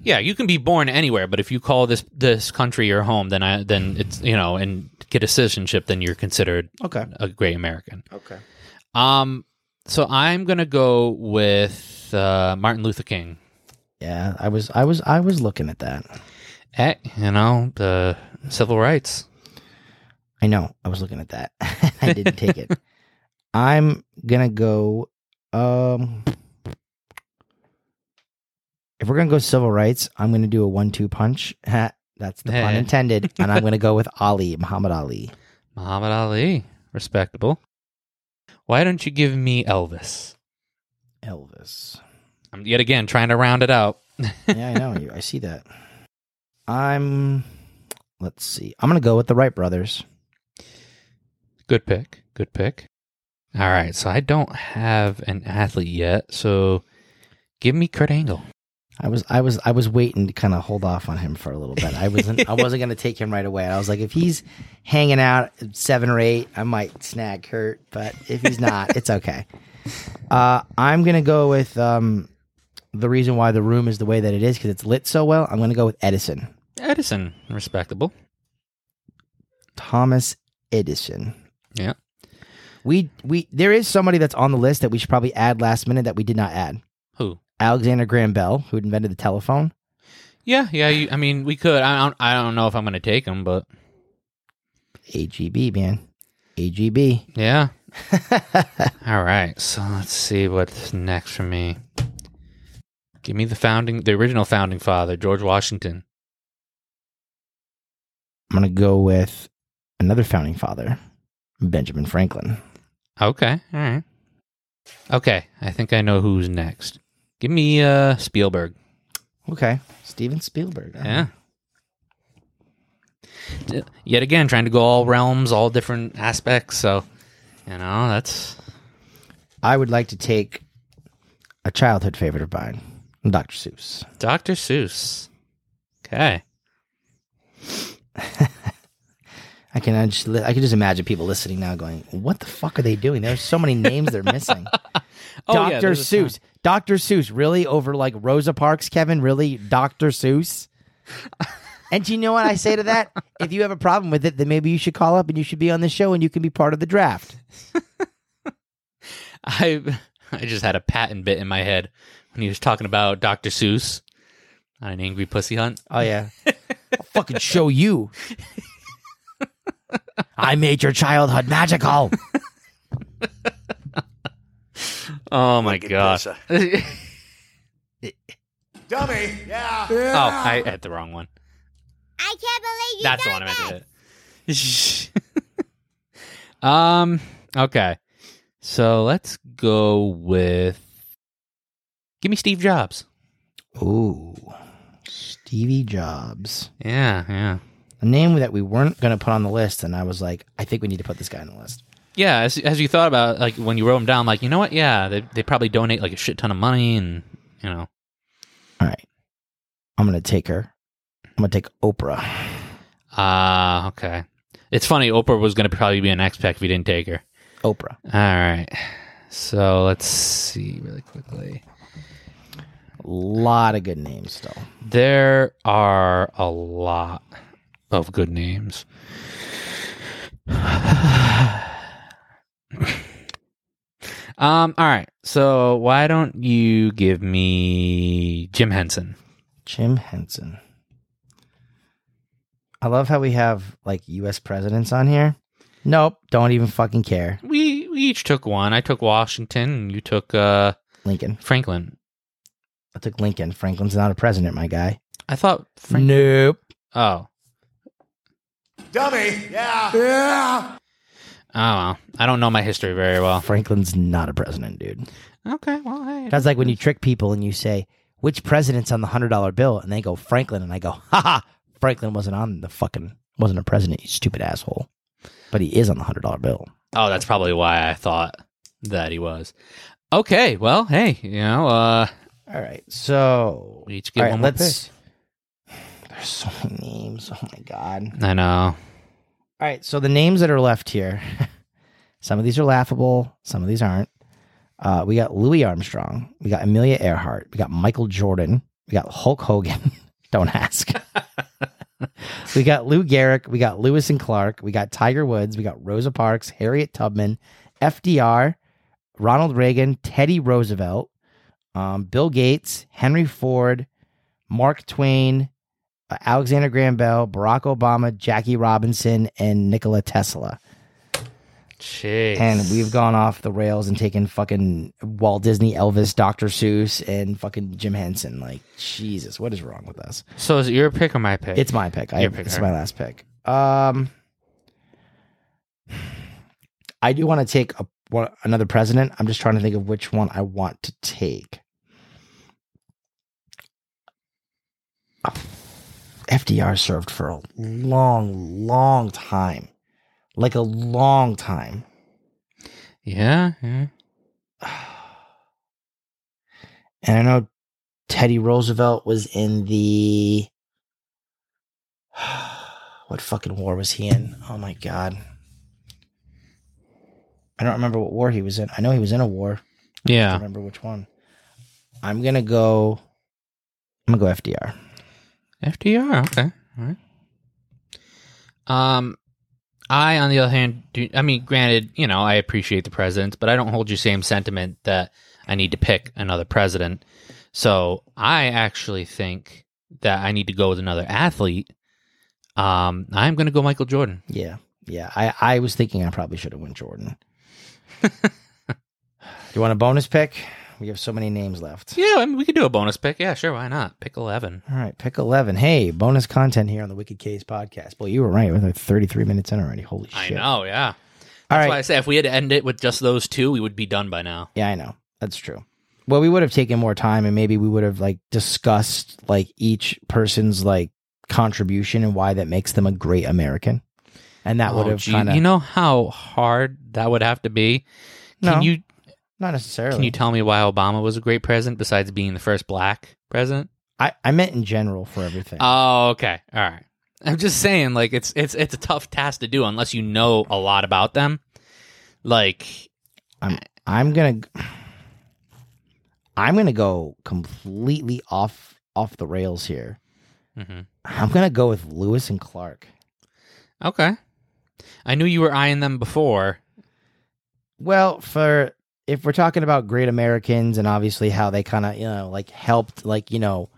[SPEAKER 1] yeah. You can be born anywhere, but if you call this this country your home, then I then it's you know and get a citizenship, then you're considered
[SPEAKER 2] Okay.
[SPEAKER 1] a great American.
[SPEAKER 2] Okay.
[SPEAKER 1] Um, so I'm gonna go with uh, Martin Luther King.
[SPEAKER 2] Yeah, I was I was I was looking at that.
[SPEAKER 1] Eh, you know the civil rights.
[SPEAKER 2] I know. I was looking at that. I didn't take it. I'm gonna go. Um, if we're gonna go civil rights, I'm gonna do a one-two punch. That's the pun intended. And I'm going to go with Ali, Muhammad Ali.
[SPEAKER 1] Muhammad Ali, respectable. Why don't you give me Elvis?
[SPEAKER 2] Elvis.
[SPEAKER 1] I'm yet again trying to round it out.
[SPEAKER 2] Yeah, I know. you. I see that. I'm, let's see. I'm going to go with the Wright brothers.
[SPEAKER 1] Good pick. Good pick. All right, so I don't have an athlete yet, so give me Kurt Angle.
[SPEAKER 2] I was I was I was waiting to kind of hold off on him for a little bit. I wasn't I wasn't going to take him right away. I was like, if he's hanging out at seven or eight, I might snag Kurt. But if he's not, it's okay. Uh, I'm going to go with um, the reason why the room is the way that it is because it's lit so well. I'm going to go with Edison,
[SPEAKER 1] Edison, respectable.
[SPEAKER 2] Thomas Edison.
[SPEAKER 1] Yeah.
[SPEAKER 2] We we there is somebody that's on the list that we should probably add last minute that we did not add.
[SPEAKER 1] Who?
[SPEAKER 2] Alexander Graham Bell, who invented the telephone.
[SPEAKER 1] Yeah, yeah. You, I mean, we could. I don't. I don't know if I'm going to take him, but
[SPEAKER 2] AGB man, AGB.
[SPEAKER 1] yeah. All right. So let's see what's next for me. Give me the founding, the original founding father, George Washington.
[SPEAKER 2] I'm going to go with another founding father, Benjamin Franklin.
[SPEAKER 1] Okay. All right. Okay. I think I know who's next. Give me uh Spielberg.
[SPEAKER 2] Okay. Steven Spielberg. huh?
[SPEAKER 1] Yeah. D- Yet again, trying to go all realms, all different aspects. So, you know, that's
[SPEAKER 2] I would like to take a childhood favorite of mine, Dr. Seuss.
[SPEAKER 1] Dr. Seuss. Okay.
[SPEAKER 2] I can I just, I can just imagine people listening now going, "What the fuck are they doing?" There's so many names they're missing.
[SPEAKER 1] Oh, yeah,
[SPEAKER 2] Dr.
[SPEAKER 1] there's a ton.
[SPEAKER 2] Seuss. Dr. Seuss really over like Rosa Parks, Kevin, really Dr. Seuss. and do you know what I say to that? If you have a problem with it, then maybe you should call up and you should be on the show and you can be part of the draft.
[SPEAKER 1] I I just had a patent bit in my head when he was talking about Dr. Seuss on an angry pussy hunt.
[SPEAKER 2] Oh yeah. I'll fucking show you. I made your childhood magical.
[SPEAKER 1] Oh my gosh.
[SPEAKER 3] pisser.
[SPEAKER 1] oh,
[SPEAKER 3] Dummy. Yeah.
[SPEAKER 1] Oh, I had the wrong one.
[SPEAKER 4] I can't believe you
[SPEAKER 1] That's the
[SPEAKER 4] done
[SPEAKER 1] one I
[SPEAKER 4] that.
[SPEAKER 1] meant to hit. um okay. So let's go with Give me Steve Jobs.
[SPEAKER 2] Ooh. Stevie Jobs.
[SPEAKER 1] Yeah, yeah.
[SPEAKER 2] A name that we weren't going to put on the list and I was like, I think we need to put this guy on the list.
[SPEAKER 1] Yeah, as, as you thought about like when you wrote them down, like you know what? Yeah, they they probably donate like a shit ton of money, and you know,
[SPEAKER 2] All right. I'm going to take her. I'm going to take Oprah.
[SPEAKER 1] ah, okay. It's funny. Oprah was going to probably be an X Pac if you didn't take her.
[SPEAKER 2] Oprah.
[SPEAKER 1] All right, so let's see really quickly.
[SPEAKER 2] A lot of good names still.
[SPEAKER 1] There are a lot of good names. um. All right. So why don't you give me Jim Henson?
[SPEAKER 2] Jim Henson. I love how we have like US presidents on here. Nope, don't even fucking care.
[SPEAKER 1] We we each took one. I took Washington, and you took uh,
[SPEAKER 2] Lincoln.
[SPEAKER 1] Franklin.
[SPEAKER 2] I took Lincoln. Franklin's not a president, my guy.
[SPEAKER 1] I thought Frank.
[SPEAKER 2] Nope.
[SPEAKER 1] Oh,
[SPEAKER 3] Dummy. Yeah.
[SPEAKER 1] oh,
[SPEAKER 3] Yeah.
[SPEAKER 1] well. I don't know my history very well.
[SPEAKER 2] Oh, Franklin's not a president, dude.
[SPEAKER 1] Okay, well, hey,
[SPEAKER 2] That's like when you trick people and you say, which president's on the hundred dollar bill? And they go, Franklin. And I go, ha ha, Franklin wasn't on the fucking, wasn't a president, you stupid asshole. But he is on the hundred dollar bill.
[SPEAKER 1] oh, that's probably why I thought that he was. Okay, well, hey, you know, uh,
[SPEAKER 2] All right. So,
[SPEAKER 1] we each get
[SPEAKER 2] all right,
[SPEAKER 1] one more
[SPEAKER 2] let's. There's so many names. Oh my God.
[SPEAKER 1] pick. I know.
[SPEAKER 2] All right, so the names that are left here, some of these are laughable, some of these aren't. Uh, we got Louis Armstrong, we got Amelia Earhart, we got Michael Jordan, we got Hulk Hogan. Don't ask. we got Lou Gehrig, we got Lewis and Clark, we got Tiger Woods, we got Rosa Parks, Harriet Tubman, FDR, Ronald Reagan, Teddy Roosevelt, um, Bill Gates, Henry Ford, Mark Twain, uh, Alexander Graham Bell, Barack Obama, Jackie Robinson, and Nikola Tesla.
[SPEAKER 1] Jeez.
[SPEAKER 2] and we've gone off the rails and taken fucking Walt Disney, Elvis, Dr. Seuss, and fucking Jim Henson. Like, Jesus, what is wrong with us?
[SPEAKER 1] So is it your pick or my pick?
[SPEAKER 2] It's my pick. I,
[SPEAKER 1] Your pick,
[SPEAKER 2] it's
[SPEAKER 1] alright.
[SPEAKER 2] my last pick. Um, I do want to take a, one, another president. I'm just trying to think of which one I want to take. FDR served for a long, long time, like a long time.
[SPEAKER 1] yeah, yeah.
[SPEAKER 2] And I know Teddy Roosevelt was in the what fucking war was he in? Oh my god. I don't remember what war he was in. I know he was in a war. I don't
[SPEAKER 1] Yeah.
[SPEAKER 2] remember which one. I'm gonna go I'm gonna go FDR.
[SPEAKER 1] FDR. Okay. All right. Um, I, on the other hand, do, I mean, granted, you know, I appreciate the presidents, but I don't hold your same sentiment that I need to pick another president. So I actually think that I need to go with another athlete. Um, I'm going to go Michael Jordan.
[SPEAKER 2] Yeah. Yeah. I, I was thinking I probably should have went Jordan. Do you want a bonus pick? We have so many names left.
[SPEAKER 1] Yeah, I mean, we could do a bonus pick. Yeah, sure. Why not? Pick 11.
[SPEAKER 2] All right, pick 11. Hey, bonus content here on the Wicked Case podcast. Boy, you were right. We're like 33 minutes in already. Holy shit.
[SPEAKER 1] I know. Yeah.
[SPEAKER 2] All
[SPEAKER 1] That's
[SPEAKER 2] right.
[SPEAKER 1] why I say if we had to end it with just those two, we would be done by now.
[SPEAKER 2] Yeah, I know. That's true. Well, we would have taken more time and maybe we would have like discussed like each person's like contribution and why that makes them a great American. And that would
[SPEAKER 1] Oh,
[SPEAKER 2] have
[SPEAKER 1] gee,
[SPEAKER 2] kind of
[SPEAKER 1] You know how hard that would have to be. Can
[SPEAKER 2] No.
[SPEAKER 1] you
[SPEAKER 2] not necessarily.
[SPEAKER 1] can you tell me why Obama was a great president besides being the first black president?
[SPEAKER 2] I, I meant in general for everything.
[SPEAKER 1] Oh, okay. All right. I'm just saying like it's it's it's a tough task to do unless you know a lot about them. Like
[SPEAKER 2] I'm gonna I'm gonna go completely off off the rails here.
[SPEAKER 1] mhm.
[SPEAKER 2] I'm gonna go with Lewis and Clark.
[SPEAKER 1] okay. I knew you were eyeing them before.
[SPEAKER 2] Well, for if we're talking about great Americans and obviously how they kind of, you know, like helped like, you know,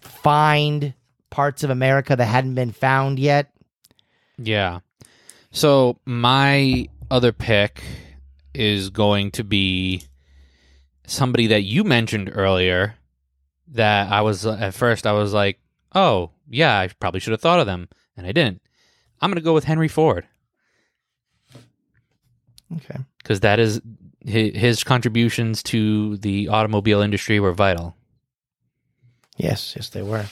[SPEAKER 2] find parts of America that hadn't been found yet.
[SPEAKER 1] Yeah. So my other pick is going to be somebody that you mentioned earlier that I was at first I was like, "Oh, yeah, I probably should have thought of them." And I didn't. I'm going to go with Henry Ford
[SPEAKER 2] Okay.
[SPEAKER 1] cuz that is hi- his contributions to the automobile industry were vital.
[SPEAKER 2] Yes, yes they were.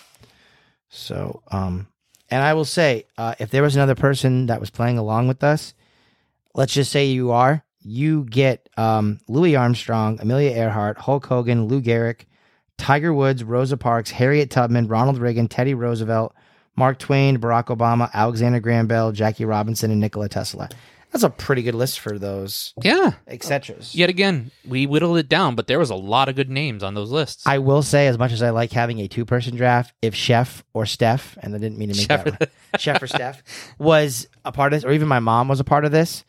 [SPEAKER 2] So, um and I will say, uh if there was another person that was playing along with us, let's just say you are, you get um Louis Armstrong, Amelia Earhart, Hulk Hogan, Lou Gehrig, Tiger Woods, Rosa Parks, Harriet Tubman, Ronald Reagan, Teddy Roosevelt, Mark Twain, Barack Obama, Alexander Graham Bell, Jackie Robinson, and Nikola Tesla. That's a pretty good list for those,
[SPEAKER 1] Yeah.
[SPEAKER 2] etc.
[SPEAKER 1] Yet again, we whittled it down, but there was a lot of good names on those lists.
[SPEAKER 2] I will say, as much as I like having a two-person draft, if Chef or Steph, and I didn't mean to make
[SPEAKER 1] Chef-
[SPEAKER 2] that word, Chef or Steph was a part of this, or even my mom was a part of this,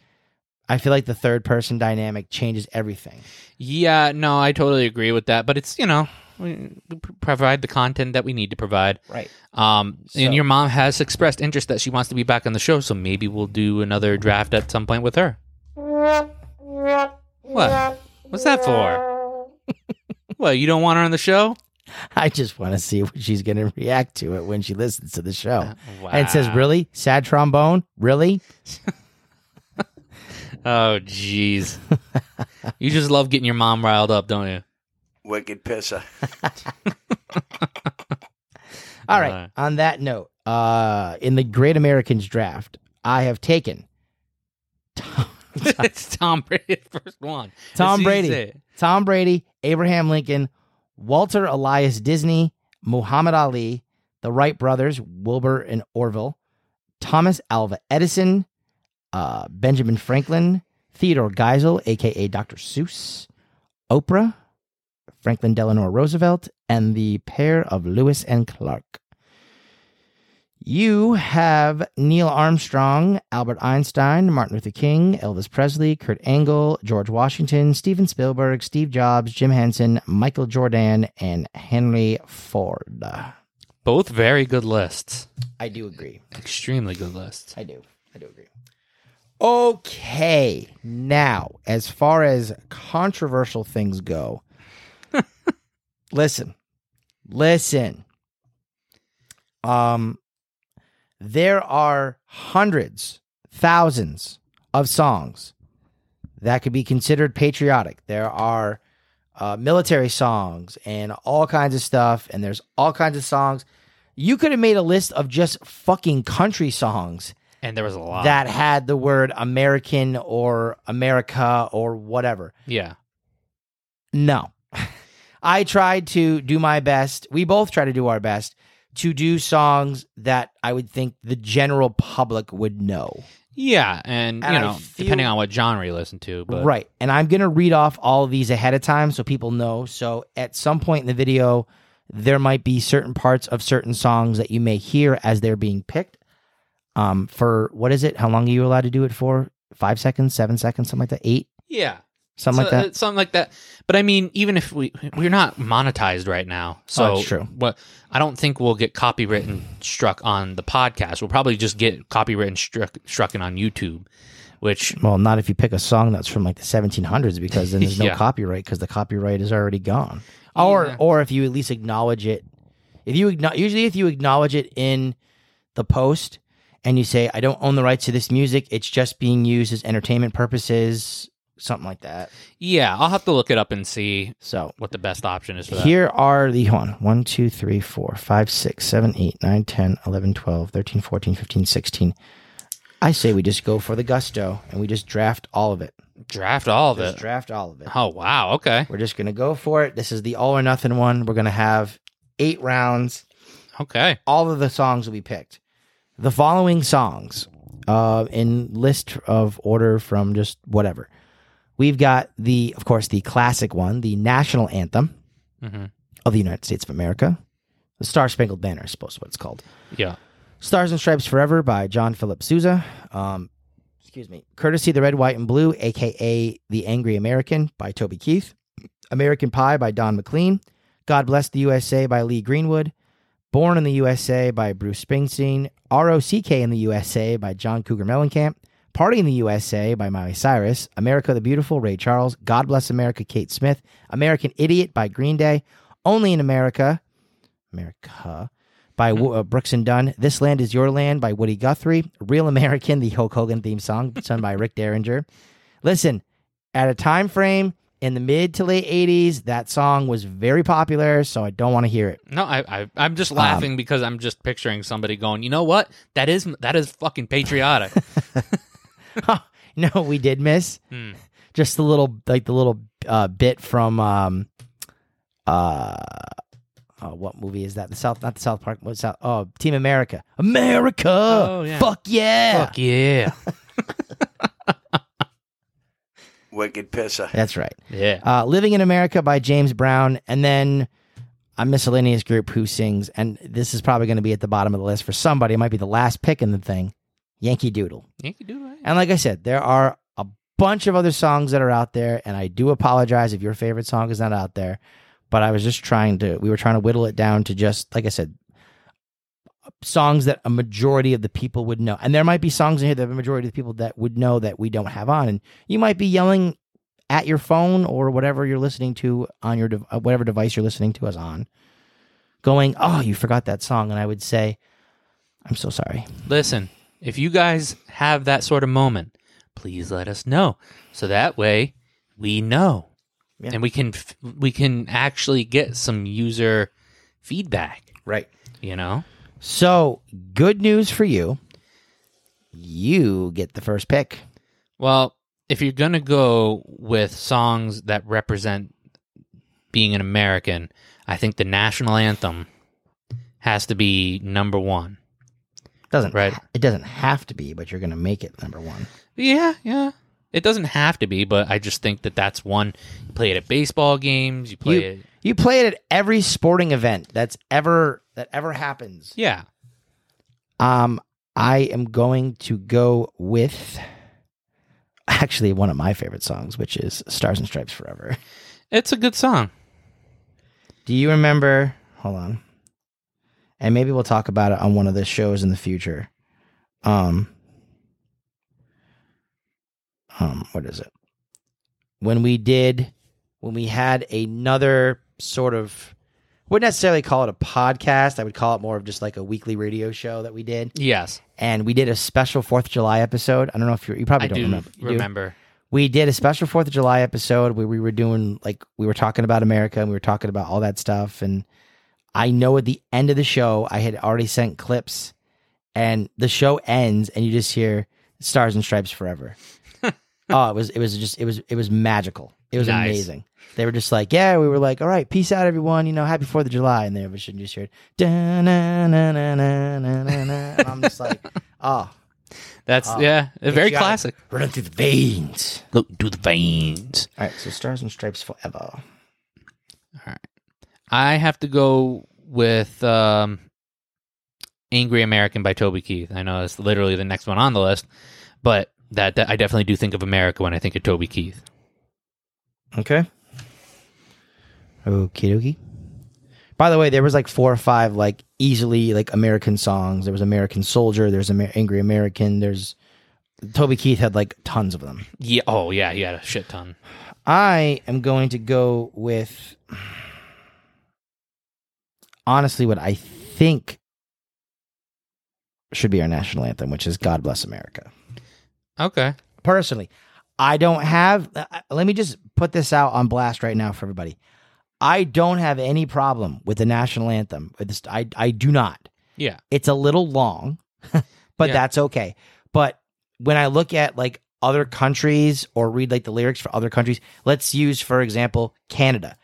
[SPEAKER 2] I feel like the third-person dynamic changes everything.
[SPEAKER 1] Yeah, no, I totally agree with that. But it's you know, we we pr- provide the content that we need to provide.
[SPEAKER 2] Right.
[SPEAKER 1] Um,
[SPEAKER 2] So-
[SPEAKER 1] and your mom has expressed interest that she wants to be back on the show, so maybe we'll do another draft at some point with her. What? What's that for? well, you don't want her on the show?
[SPEAKER 2] I just want to see what she's going to react to it when she listens to the show.
[SPEAKER 1] Wow.
[SPEAKER 2] And it says, "Really? Sad trombone? Really?
[SPEAKER 1] Oh, jeez. you just love getting your mom riled up, don't you?
[SPEAKER 3] Wicked pisser.
[SPEAKER 2] All right.
[SPEAKER 1] Right.
[SPEAKER 2] On that note, uh, in the Great Americans draft, I have taken
[SPEAKER 1] it's Tom Brady, first one.
[SPEAKER 2] Tom
[SPEAKER 1] It's
[SPEAKER 2] Brady.
[SPEAKER 1] easy.
[SPEAKER 2] Tom Brady, Abraham Lincoln, Walter Elias Disney, Muhammad Ali, the Wright brothers, Wilbur and Orville, Thomas Alva Edison, uh, Benjamin Franklin, Theodore Geisel, aka Dr. Seuss, Oprah, Franklin Delano Roosevelt, and the pair of Lewis and Clark. You have Neil Armstrong, Albert Einstein, Martin Luther King, Elvis Presley, Kurt Angle, George Washington, Steven Spielberg, Steve Jobs, Jim Henson, Michael Jordan, and Henry Ford.
[SPEAKER 1] Both very good lists.
[SPEAKER 2] I do agree.
[SPEAKER 1] Extremely good lists.
[SPEAKER 2] I do. I do agree. Okay, now as far as controversial things go, listen, listen. Um, there are hundreds, thousands of songs that could be considered patriotic. There are uh, military songs and all kinds of stuff, and there's all kinds of songs. You could have made a list of just fucking country songs
[SPEAKER 1] And there was a lot.
[SPEAKER 2] that had the word American or America or whatever.
[SPEAKER 1] yeah.
[SPEAKER 2] No. I tried to do my best. We both try to do our best to do songs that I would think the general public would know.
[SPEAKER 1] Yeah, and,
[SPEAKER 2] And
[SPEAKER 1] you
[SPEAKER 2] I
[SPEAKER 1] know,
[SPEAKER 2] feel-
[SPEAKER 1] depending on what genre you listen to, but
[SPEAKER 2] Right. And I'm going to read off all of these ahead of time so people know. So at some point in the video, there might be certain parts of certain songs that you may hear as they're being picked. Um, for what is it? How long are you allowed to do it for? Five seconds, seven seconds, something like that, eight,
[SPEAKER 1] yeah,
[SPEAKER 2] something like
[SPEAKER 1] So,
[SPEAKER 2] that.
[SPEAKER 1] uh, something like that. But I mean, even if we we're not monetized right now, so
[SPEAKER 2] Oh, that's true.
[SPEAKER 1] What I don't think we'll get copywritten struck on the podcast. We'll probably just get copywritten struck struck in on YouTube, which
[SPEAKER 2] Well, not if you pick a song that's from like the 1700s, because then there's no
[SPEAKER 1] Yeah.
[SPEAKER 2] copyright because the copyright is already gone. Or
[SPEAKER 1] Yeah.
[SPEAKER 2] or if you at least acknowledge it, if you acknow- usually if you acknowledge it in the post and you say I don't own the rights to this music, it's just being used as entertainment purposes, something like that.
[SPEAKER 1] yeah, I'll have to look it up and see
[SPEAKER 2] So
[SPEAKER 1] what the best option is for that.
[SPEAKER 2] here are the hold on, 1, 2, 3, 4, 5, 6, 7, 8, 9, 10, 11, 12, 13, 14, 15, 16. I say we just go for the gusto and we just draft all of it.
[SPEAKER 1] Draft all of
[SPEAKER 2] Just
[SPEAKER 1] it.
[SPEAKER 2] draft all of it.
[SPEAKER 1] Oh wow, okay,
[SPEAKER 2] We're just going to go for it. This is the all or nothing one. We're going to have eight rounds.
[SPEAKER 1] okay,
[SPEAKER 2] All of the songs will be picked. The following songs uh, in list of order from just whatever. We've got the, of course, the classic one, the national anthem
[SPEAKER 1] hmm
[SPEAKER 2] of the United States of America. The Star Spangled Banner is supposed to what it's called.
[SPEAKER 1] yeah,
[SPEAKER 2] Stars and Stripes Forever by John Philip Sousa. Um, excuse me. Courtesy the Red, White, and Blue, aka The Angry American by Toby Keith. American Pie by Don McLean. God Bless the USA by Lee Greenwood. Born in the USA by Bruce Springsteen. ROCK in the USA by John Cougar Mellencamp. Party in the USA by Miley Cyrus. America the Beautiful, Ray Charles. God Bless America, Kate Smith. American Idiot by Green Day. Only in America. America by
[SPEAKER 1] Mm-hmm.
[SPEAKER 2] Wo- uh, Brooks and Dunn. This Land Is Your Land by Woody Guthrie. Real American, the Hulk Hogan theme song, sung by Rick Derringer. Listen, at a time frame in the mid to late 80s, that song was very popular, so I don't want to hear it.
[SPEAKER 1] no, I, I I'm
[SPEAKER 2] Um,
[SPEAKER 1] just laughing because I'm just picturing somebody going, you know what, that is that is fucking patriotic.
[SPEAKER 2] No, we did miss
[SPEAKER 1] Hmm.
[SPEAKER 2] just the little, like the little uh, bit from, um, uh, oh, what movie is that? The South, not the South Park. What's that? Oh, Team America, America.
[SPEAKER 1] Oh, yeah.
[SPEAKER 2] Fuck yeah.
[SPEAKER 1] Fuck yeah,
[SPEAKER 3] Wicked pisser.
[SPEAKER 2] That's right.
[SPEAKER 1] yeah.
[SPEAKER 2] uh, Living in America by James Brown, and then a miscellaneous group who sings, and this is probably going to be at the bottom of the list for somebody. It might be the last pick in the thing Yankee Doodle.
[SPEAKER 1] Yankee Doodle. eh?
[SPEAKER 2] And like I said, there are a bunch of other songs that are out there, and I do apologize if your favorite song is not out there, but I was just trying to, we were trying to whittle it down to just, like I said, songs that a majority of the people would know. And there might be songs in here that the majority of the people that would know that we don't have on. And you might be yelling at your phone or whatever you're listening to on your, dev- uh, whatever device you're listening to us on, going, oh, you forgot that song. And I would say, I'm so sorry.
[SPEAKER 1] Listen, if you guys have that sort of moment, please let us know. So that way we know.
[SPEAKER 2] Yeah.
[SPEAKER 1] And we can f- we can actually get some user feedback,
[SPEAKER 2] Right.
[SPEAKER 1] you know?
[SPEAKER 2] So, good news for you. You get the first pick.
[SPEAKER 1] Well, if you're going to go with songs that represent being an American, I think the national anthem has to be number 1.
[SPEAKER 2] Doesn't
[SPEAKER 1] Right.
[SPEAKER 2] It doesn't have to be, but you're going to make it number one.
[SPEAKER 1] Yeah, yeah. It doesn't have to be, but I just think that that's one. You play it at baseball games. You play
[SPEAKER 2] You-
[SPEAKER 1] it.
[SPEAKER 2] You play it at every sporting event that's ever that ever happens.
[SPEAKER 1] Yeah.
[SPEAKER 2] Um, I am going to go with actually one of my favorite songs, which is "Stars and Stripes Forever."
[SPEAKER 1] It's a good song.
[SPEAKER 2] Do you remember? Hold on, and maybe we'll talk about it on one of the shows in the future. Um, um, what is it? When we did, when we had another sort of, wouldn't necessarily call it a podcast. I would call it more of just like a weekly radio show that we did,
[SPEAKER 1] Yes,
[SPEAKER 2] and we did a special Fourth of July episode. I don't know if you you probably
[SPEAKER 1] I
[SPEAKER 2] don't
[SPEAKER 1] do remember.
[SPEAKER 2] remember. You do? we did a special Fourth of July episode where we were doing like we were talking about America and we were talking about all that stuff. And I know at the end of the show, I had already sent clips, and the show ends, and you just hear "Stars and Stripes Forever." oh, it was it was just it was it was magical. It was
[SPEAKER 1] Nice.
[SPEAKER 2] amazing. They were just like, yeah, we were like, all right, peace out, everyone. You know, happy Fourth of July, and they were just just heard, "Da, na, na, na, na, na, na, na." and I'm just like, oh,
[SPEAKER 1] That's
[SPEAKER 2] Oh,
[SPEAKER 1] yeah, very classic.
[SPEAKER 2] running through the veins.
[SPEAKER 1] Look through the veins.
[SPEAKER 2] All right, so Stars and Stripes Forever.
[SPEAKER 1] I have to go with um, "Angry American" by Toby Keith. I know it's literally the next one on the list, but that, that I definitely do think of America when I think of Toby Keith.
[SPEAKER 2] Okay. Okie dokie. By the way, there was like four or five like easily like American songs. There was American Soldier. There's Amer- Angry American. There's Toby Keith had like tons of them.
[SPEAKER 1] Yeah. Oh yeah, he had a shit ton.
[SPEAKER 2] I am going to go with honestly what I think should be our national anthem, which is "God Bless America."
[SPEAKER 1] Okay.
[SPEAKER 2] personally, I don't have. uh, Let me just put this out on blast right now for everybody. I don't have any problem with the national anthem. With this- I I do not.
[SPEAKER 1] Yeah.
[SPEAKER 2] It's a little long, but
[SPEAKER 1] Yeah.
[SPEAKER 2] that's okay. But when I look at like other countries or read like the lyrics for other countries, let's use for example Canada.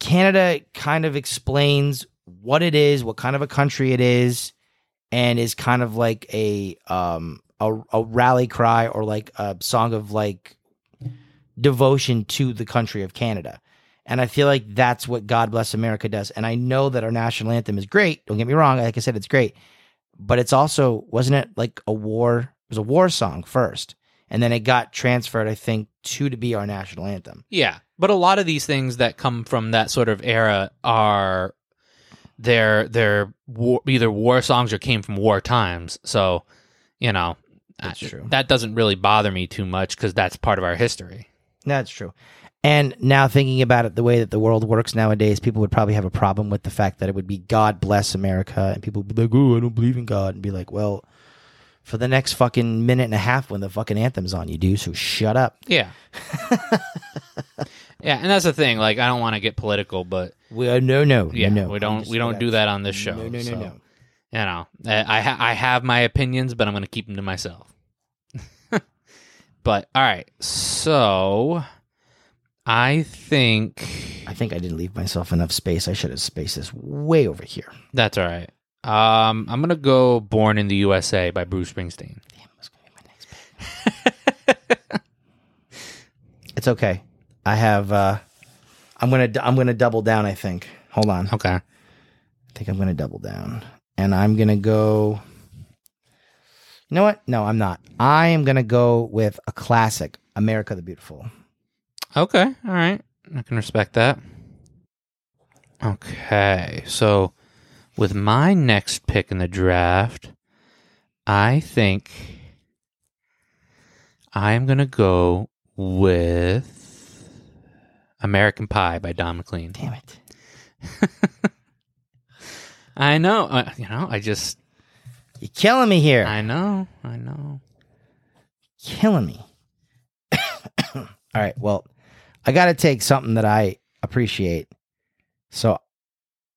[SPEAKER 2] Canada kind of explains what it is, what kind of a country it is, and is kind of like a um a, a rally cry or like a song of like devotion to the country of Canada. And I feel like that's what God Bless America does. And I know that our national anthem is great. Don't get me wrong. Like I said, it's great. But it's also, wasn't it like a war? It was a war song first. And then it got transferred, I think, to to be our national anthem.
[SPEAKER 1] Yeah, but a lot of these things that come from that sort of era are they're they're war, either war songs or came from war times. So, you know,
[SPEAKER 2] That's
[SPEAKER 1] I-
[SPEAKER 2] true.
[SPEAKER 1] That doesn't really bother me too much because that's part of our history.
[SPEAKER 2] That's true. And now thinking about it the way that the world works nowadays, people would probably have a problem with the fact that it would be God bless America and people would be like, Oh, I don't believe in God and be like, Well, for the next fucking minute and a half when the fucking anthem's on, you do, so shut up.
[SPEAKER 1] Yeah. yeah, and that's the thing. Like, I don't want to get political, but
[SPEAKER 2] We uh, no no
[SPEAKER 1] yeah,
[SPEAKER 2] no, no.
[SPEAKER 1] we
[SPEAKER 2] I'm
[SPEAKER 1] don't
[SPEAKER 2] just-
[SPEAKER 1] we don't do that on this show.
[SPEAKER 2] No no no
[SPEAKER 1] so,
[SPEAKER 2] no.
[SPEAKER 1] You know, I I, ha- I have my opinions, but I'm going to keep them to myself. but all right, so I think
[SPEAKER 2] I think I didn't leave myself enough space. I should have spaced this way over here.
[SPEAKER 1] that's all right. Um, I'm going to go "Born in the USA" by Bruce Springsteen.
[SPEAKER 2] Damn, that's gonna be my next pick. it's okay. I have. uh I'm gonna. d- I'm gonna double down. I think. Hold on.
[SPEAKER 1] Okay,
[SPEAKER 2] I think I'm going to double down. And I'm going to go. You know what? No, I'm not. I am going to go with a classic, America the Beautiful.
[SPEAKER 1] okay, all right. I can respect that. Okay, so with my next pick in the draft, I think I am going to go with "American Pie" by Don McLean.
[SPEAKER 2] Damn it.
[SPEAKER 1] I know, uh, you know. I just,
[SPEAKER 2] You're killing me here.
[SPEAKER 1] I know, I know.
[SPEAKER 2] killing me. All right. Well, I got to take something that I appreciate. So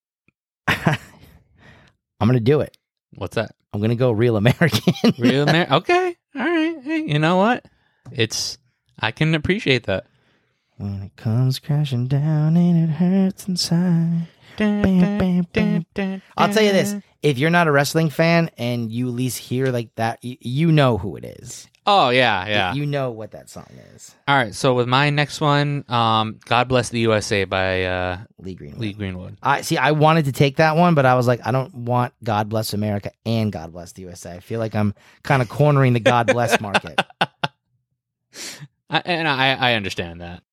[SPEAKER 2] I'm going to do it.
[SPEAKER 1] What's that?
[SPEAKER 2] I'm going to go real American.
[SPEAKER 1] Real Amer- okay. All right. Hey, you know what? It's I can appreciate that.
[SPEAKER 2] when it comes crashing down and it hurts inside. Bam, bam, bam. I'll tell you this: if you're not a wrestling fan and you at least hear like that, you, you know who it is.
[SPEAKER 1] Oh yeah, yeah.
[SPEAKER 2] you know what that song is.
[SPEAKER 1] All right. So with my next one, um, "God Bless the USA" by uh,
[SPEAKER 2] Lee Greenwood.
[SPEAKER 1] Lee Greenwood.
[SPEAKER 2] I see. I wanted to take that one, but I was like, I don't want "God Bless America" and "God Bless the USA." I feel like I'm kind of cornering the "God Bless" market.
[SPEAKER 1] I, and I, I understand that.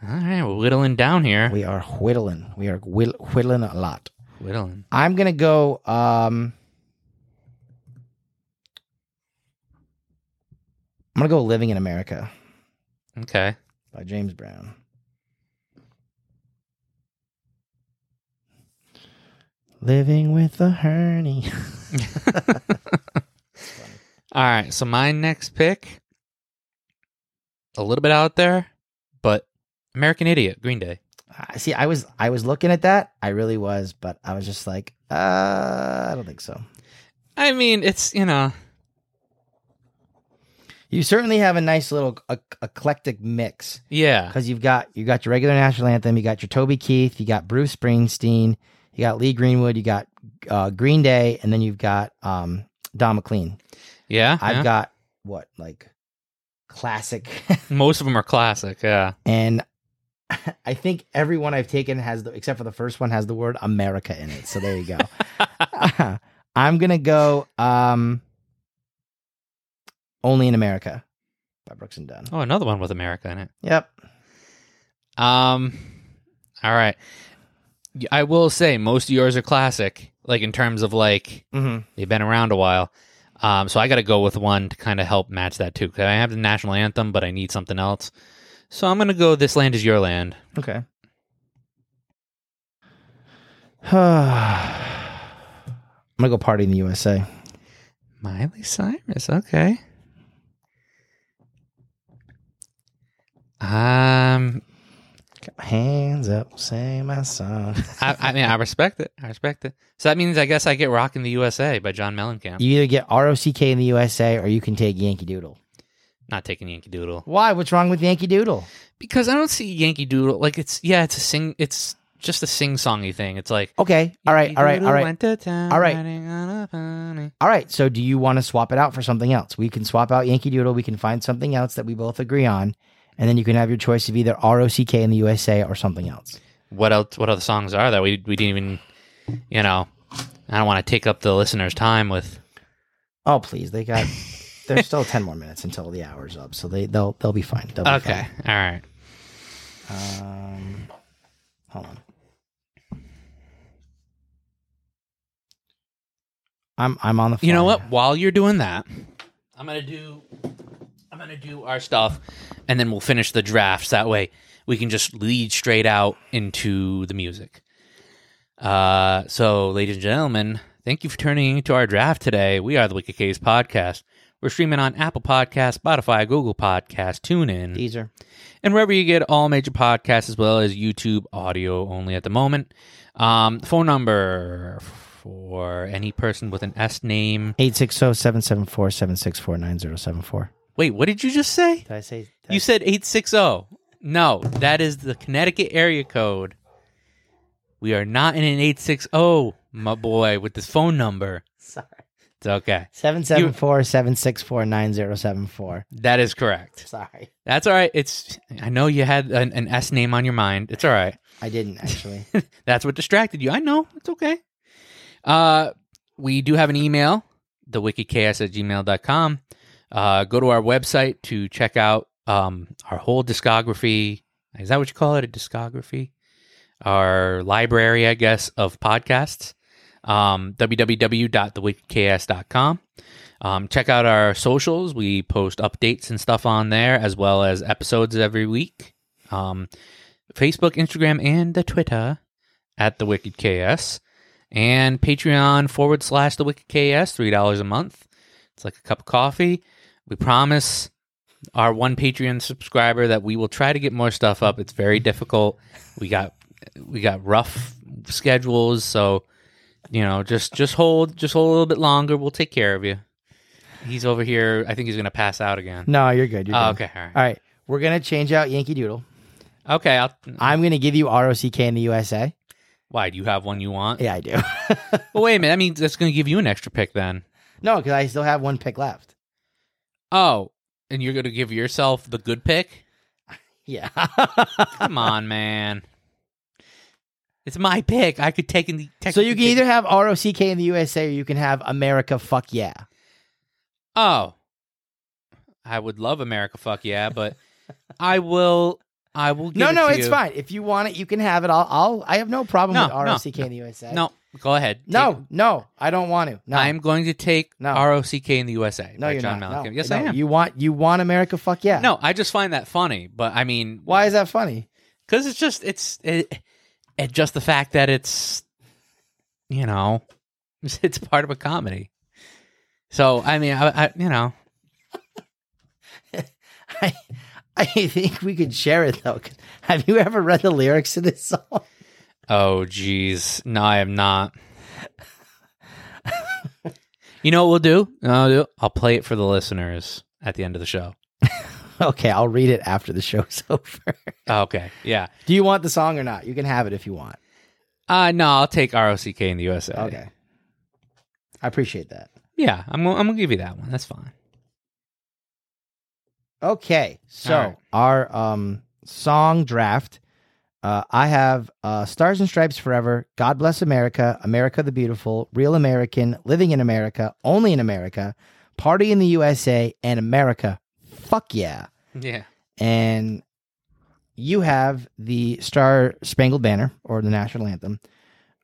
[SPEAKER 1] All right, we're whittling down here.
[SPEAKER 2] We are whittling. We are whitt- whittling a lot.
[SPEAKER 1] Whittling.
[SPEAKER 2] I'm gonna go. Um, I'm gonna go "Living in America"
[SPEAKER 1] Okay.
[SPEAKER 2] by James Brown. Living with a hernia.
[SPEAKER 1] All right. So my next pick, a little bit out there, but American Idiot, Green Day.
[SPEAKER 2] I see. I was I was looking at that. I really was, but I was just like, uh, I don't think so.
[SPEAKER 1] I mean, it's you know,
[SPEAKER 2] You certainly have a nice little e- eclectic mix
[SPEAKER 1] yeah,
[SPEAKER 2] because you've got you got your regular national anthem, you got your Toby Keith, you got Bruce Springsteen, you got Lee Greenwood, you got uh, Green Day, and then you've got um, Don McLean.
[SPEAKER 1] yeah. yeah.
[SPEAKER 2] I've got what like classic,
[SPEAKER 1] most of them are classic. Yeah.
[SPEAKER 2] and I think everyone I've taken has the except for the first one has the word America in it. So there you go. I'm gonna go um, only in America by Brooks and Dunn.
[SPEAKER 1] Oh, another one with America in it.
[SPEAKER 2] Yep.
[SPEAKER 1] Um, all right. Y- I will say most of yours are classic, like in terms of like
[SPEAKER 2] Mm-hmm.
[SPEAKER 1] they've been around a while. Um, so I got to go with one to kind of help match that too. Cause I have the national anthem, but I need something else. So I'm gonna go. This land is your land.
[SPEAKER 2] Okay. I'm gonna go party in the USA.
[SPEAKER 1] Miley Cyrus. Okay. Um,
[SPEAKER 2] Got my hands up, sing my song.
[SPEAKER 1] I, I mean, I respect it. I respect it. So that means I guess I get "Rockin' the USA" by John Mellencamp.
[SPEAKER 2] You either get ROCK in the USA or you can take Yankee Doodle.
[SPEAKER 1] Not taking Yankee Doodle.
[SPEAKER 2] Why? What's wrong with Yankee Doodle?
[SPEAKER 1] because I don't see Yankee Doodle like it's yeah it's a sing it's just a sing songy thing. It's like
[SPEAKER 2] Okay. All right. All right. All right. All
[SPEAKER 1] all
[SPEAKER 2] right.
[SPEAKER 1] right.
[SPEAKER 2] All right. So, do you want to swap it out for something else? We can swap out Yankee Doodle. We can find something else that we both agree on, and then you can have your choice of either ROCK in the USA or something else.
[SPEAKER 1] What else? What other songs are there? We we didn't even you know I don't want to take up the listeners' time with
[SPEAKER 2] Oh, please! They got. There's still ten more minutes until the hour's up, so they they'll they'll be fine. They'll be
[SPEAKER 1] okay all right
[SPEAKER 2] fine. Um, hold on. I'm I'm on the.
[SPEAKER 1] you know
[SPEAKER 2] fly.
[SPEAKER 1] what while you're doing that I'm gonna do I'm gonna do our stuff and then we'll finish the drafts that way we can just lead straight out into the music. Uh, so, ladies and gentlemen, thank you for tuning into our draft today. We are the Wicked Case Podcast. We're streaming on Apple Podcasts, Spotify, Google Podcasts, TuneIn,
[SPEAKER 2] Deezer.
[SPEAKER 1] and wherever you get all major podcasts, as well as YouTube audio only at the moment. Um, phone number for any person with an S name.
[SPEAKER 2] 860-774-764-9074.
[SPEAKER 1] Wait, what did you just say?
[SPEAKER 2] Did I say did I
[SPEAKER 1] You said 860. No, that is the Connecticut area code. We are not in an 860, my boy, with this phone number.
[SPEAKER 2] Sorry.
[SPEAKER 1] It's okay.
[SPEAKER 2] Seven seven four seven six four nine zero seven four.
[SPEAKER 1] That is correct.
[SPEAKER 2] Sorry,
[SPEAKER 1] That's all right. It's I know you had an, an S name on your mind. It's all right.
[SPEAKER 2] I didn't actually.
[SPEAKER 1] That's what distracted you. I know. It's okay. Uh, we do have an email, thewikicas at gmail.com. Uh, go to our website to check out um, our whole discography. Is that what you call it? A discography? Our library, I guess, of podcasts. Um, www.thewikicas.com. Um, check out our socials. We post updates and stuff on there, as well as episodes every week. Um, Facebook, Instagram, and the Twitter at the Wicked KS, and Patreon forward slash the Wicked KS, three dollars a month. It's like a cup of coffee. We promise our one Patreon subscriber that we will try to get more stuff up. It's very difficult. We got we got rough schedules, so you know, just just hold just hold a little bit longer. We'll take care of you. He's over here. I think he's gonna pass out again.
[SPEAKER 2] no, you're good. You're
[SPEAKER 1] Oh,
[SPEAKER 2] good.
[SPEAKER 1] okay, all right.
[SPEAKER 2] All right, we're gonna change out Yankee Doodle.
[SPEAKER 1] Okay, I'll,
[SPEAKER 2] I'm gonna give you ROCK in the USA.
[SPEAKER 1] why do you have one you want?
[SPEAKER 2] Yeah, I do.
[SPEAKER 1] Well, wait a minute. I mean, that's going to give you an extra pick then.
[SPEAKER 2] no, because I still have one pick left.
[SPEAKER 1] Oh, and you're going to give yourself the good pick?
[SPEAKER 2] Yeah.
[SPEAKER 1] Come on, man. It's my pick. I could take in the.
[SPEAKER 2] so you can
[SPEAKER 1] technically
[SPEAKER 2] either
[SPEAKER 1] take-
[SPEAKER 2] have ROCK in the USA or you can have America. Fuck yeah.
[SPEAKER 1] Oh, I would love America. Fuck yeah, but I will. I will. Give
[SPEAKER 2] No,
[SPEAKER 1] it
[SPEAKER 2] no,
[SPEAKER 1] to
[SPEAKER 2] it's
[SPEAKER 1] you.
[SPEAKER 2] fine. If you want it, you can have it. I'll, I'll I have no problem
[SPEAKER 1] No,
[SPEAKER 2] with
[SPEAKER 1] no,
[SPEAKER 2] ROCK in the USA.
[SPEAKER 1] No, go ahead.
[SPEAKER 2] no,
[SPEAKER 1] Take-
[SPEAKER 2] no, I don't want to. No,
[SPEAKER 1] I'm going to take
[SPEAKER 2] No.
[SPEAKER 1] ROCK in the USA.
[SPEAKER 2] no,
[SPEAKER 1] by
[SPEAKER 2] you're
[SPEAKER 1] John Mellencamp.
[SPEAKER 2] not. No,
[SPEAKER 1] Yes,
[SPEAKER 2] no,
[SPEAKER 1] I am.
[SPEAKER 2] You want, you want America? Fuck yeah.
[SPEAKER 1] No, I just find that funny, but I mean,
[SPEAKER 2] Why is that funny?
[SPEAKER 1] Because it's just it's it, it just the fact that it's you know it's, it's part of a comedy. So I mean, I, I you know
[SPEAKER 2] I, I think we could share it though. 'cause Have you ever read the lyrics to this song?
[SPEAKER 1] oh geez, no, I am not. you know what we'll do? I'll do. I'll play it for the listeners at the end of the show.
[SPEAKER 2] Okay, I'll read it after the show's over.
[SPEAKER 1] Okay, yeah.
[SPEAKER 2] Do you want the song or not? You can have it if you want.
[SPEAKER 1] Uh no, I'll take ROCK in the USA.
[SPEAKER 2] Okay. I appreciate that.
[SPEAKER 1] Yeah, I'm gonna- I'm gonna give you that one. That's fine.
[SPEAKER 2] Okay. So
[SPEAKER 1] All right.
[SPEAKER 2] our um song draft. Uh, I have uh, Stars and Stripes Forever, God Bless America, America the Beautiful, Real American, Living in America, Only in America, Party in the USA, and America. Fuck yeah.
[SPEAKER 1] Yeah.
[SPEAKER 2] and you have the Star Spangled Banner or the national anthem,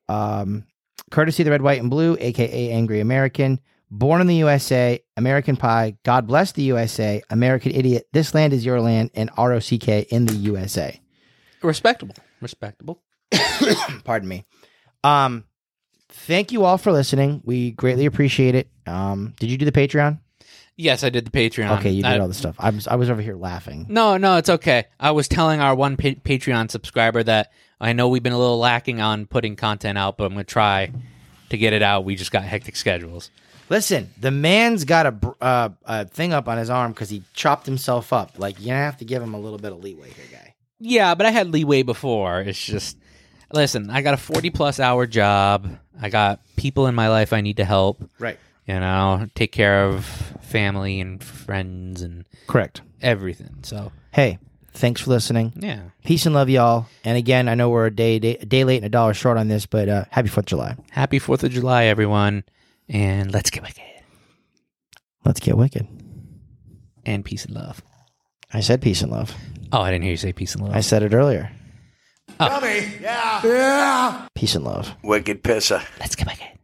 [SPEAKER 2] um, courtesy of the Red, White, and Blue, aka Angry American, Born in the USA, American Pie, God Bless the USA, American Idiot, This Land Is Your Land, and ROCK in the USA.
[SPEAKER 1] Respectable. Respectable.
[SPEAKER 2] Pardon me. Um, thank you all for listening. We greatly appreciate it. Um, did you do the Patreon?
[SPEAKER 1] Yes, I did the Patreon.
[SPEAKER 2] Okay, you
[SPEAKER 1] Um, I-
[SPEAKER 2] did all the stuff. I was I was over here laughing.
[SPEAKER 1] No, no, it's okay. I was telling our one pa- Patreon subscriber that I know we've been a little lacking on putting content out, but I'm going to try to get it out. We just got hectic schedules.
[SPEAKER 2] Listen, the man's got a br- uh, a thing up on his arm because he chopped himself up. Like you're gonna have to give him a little bit of leeway here, guy.
[SPEAKER 1] Yeah, but I had leeway before. It's just, listen, I got a 40 plus hour job. I got people in my life I need to help,
[SPEAKER 2] Right.
[SPEAKER 1] you know, take care of family and friends and
[SPEAKER 2] Correct.
[SPEAKER 1] everything. So,
[SPEAKER 2] Hey, thanks for listening.
[SPEAKER 1] yeah.
[SPEAKER 2] Peace and love, y'all. And again, I know we're a day day, a day late and a dollar short on this, but uh, happy Fourth of July.
[SPEAKER 1] Happy 4th of July, everyone. And let's get wicked.
[SPEAKER 2] Let's get wicked.
[SPEAKER 1] And peace and love.
[SPEAKER 2] I said peace and love.
[SPEAKER 1] Oh, I didn't hear you say peace and love.
[SPEAKER 2] I said it earlier.
[SPEAKER 3] Dummy. Yeah.
[SPEAKER 2] Peace and love.
[SPEAKER 3] Wicked pisser.
[SPEAKER 1] Let's get wicked.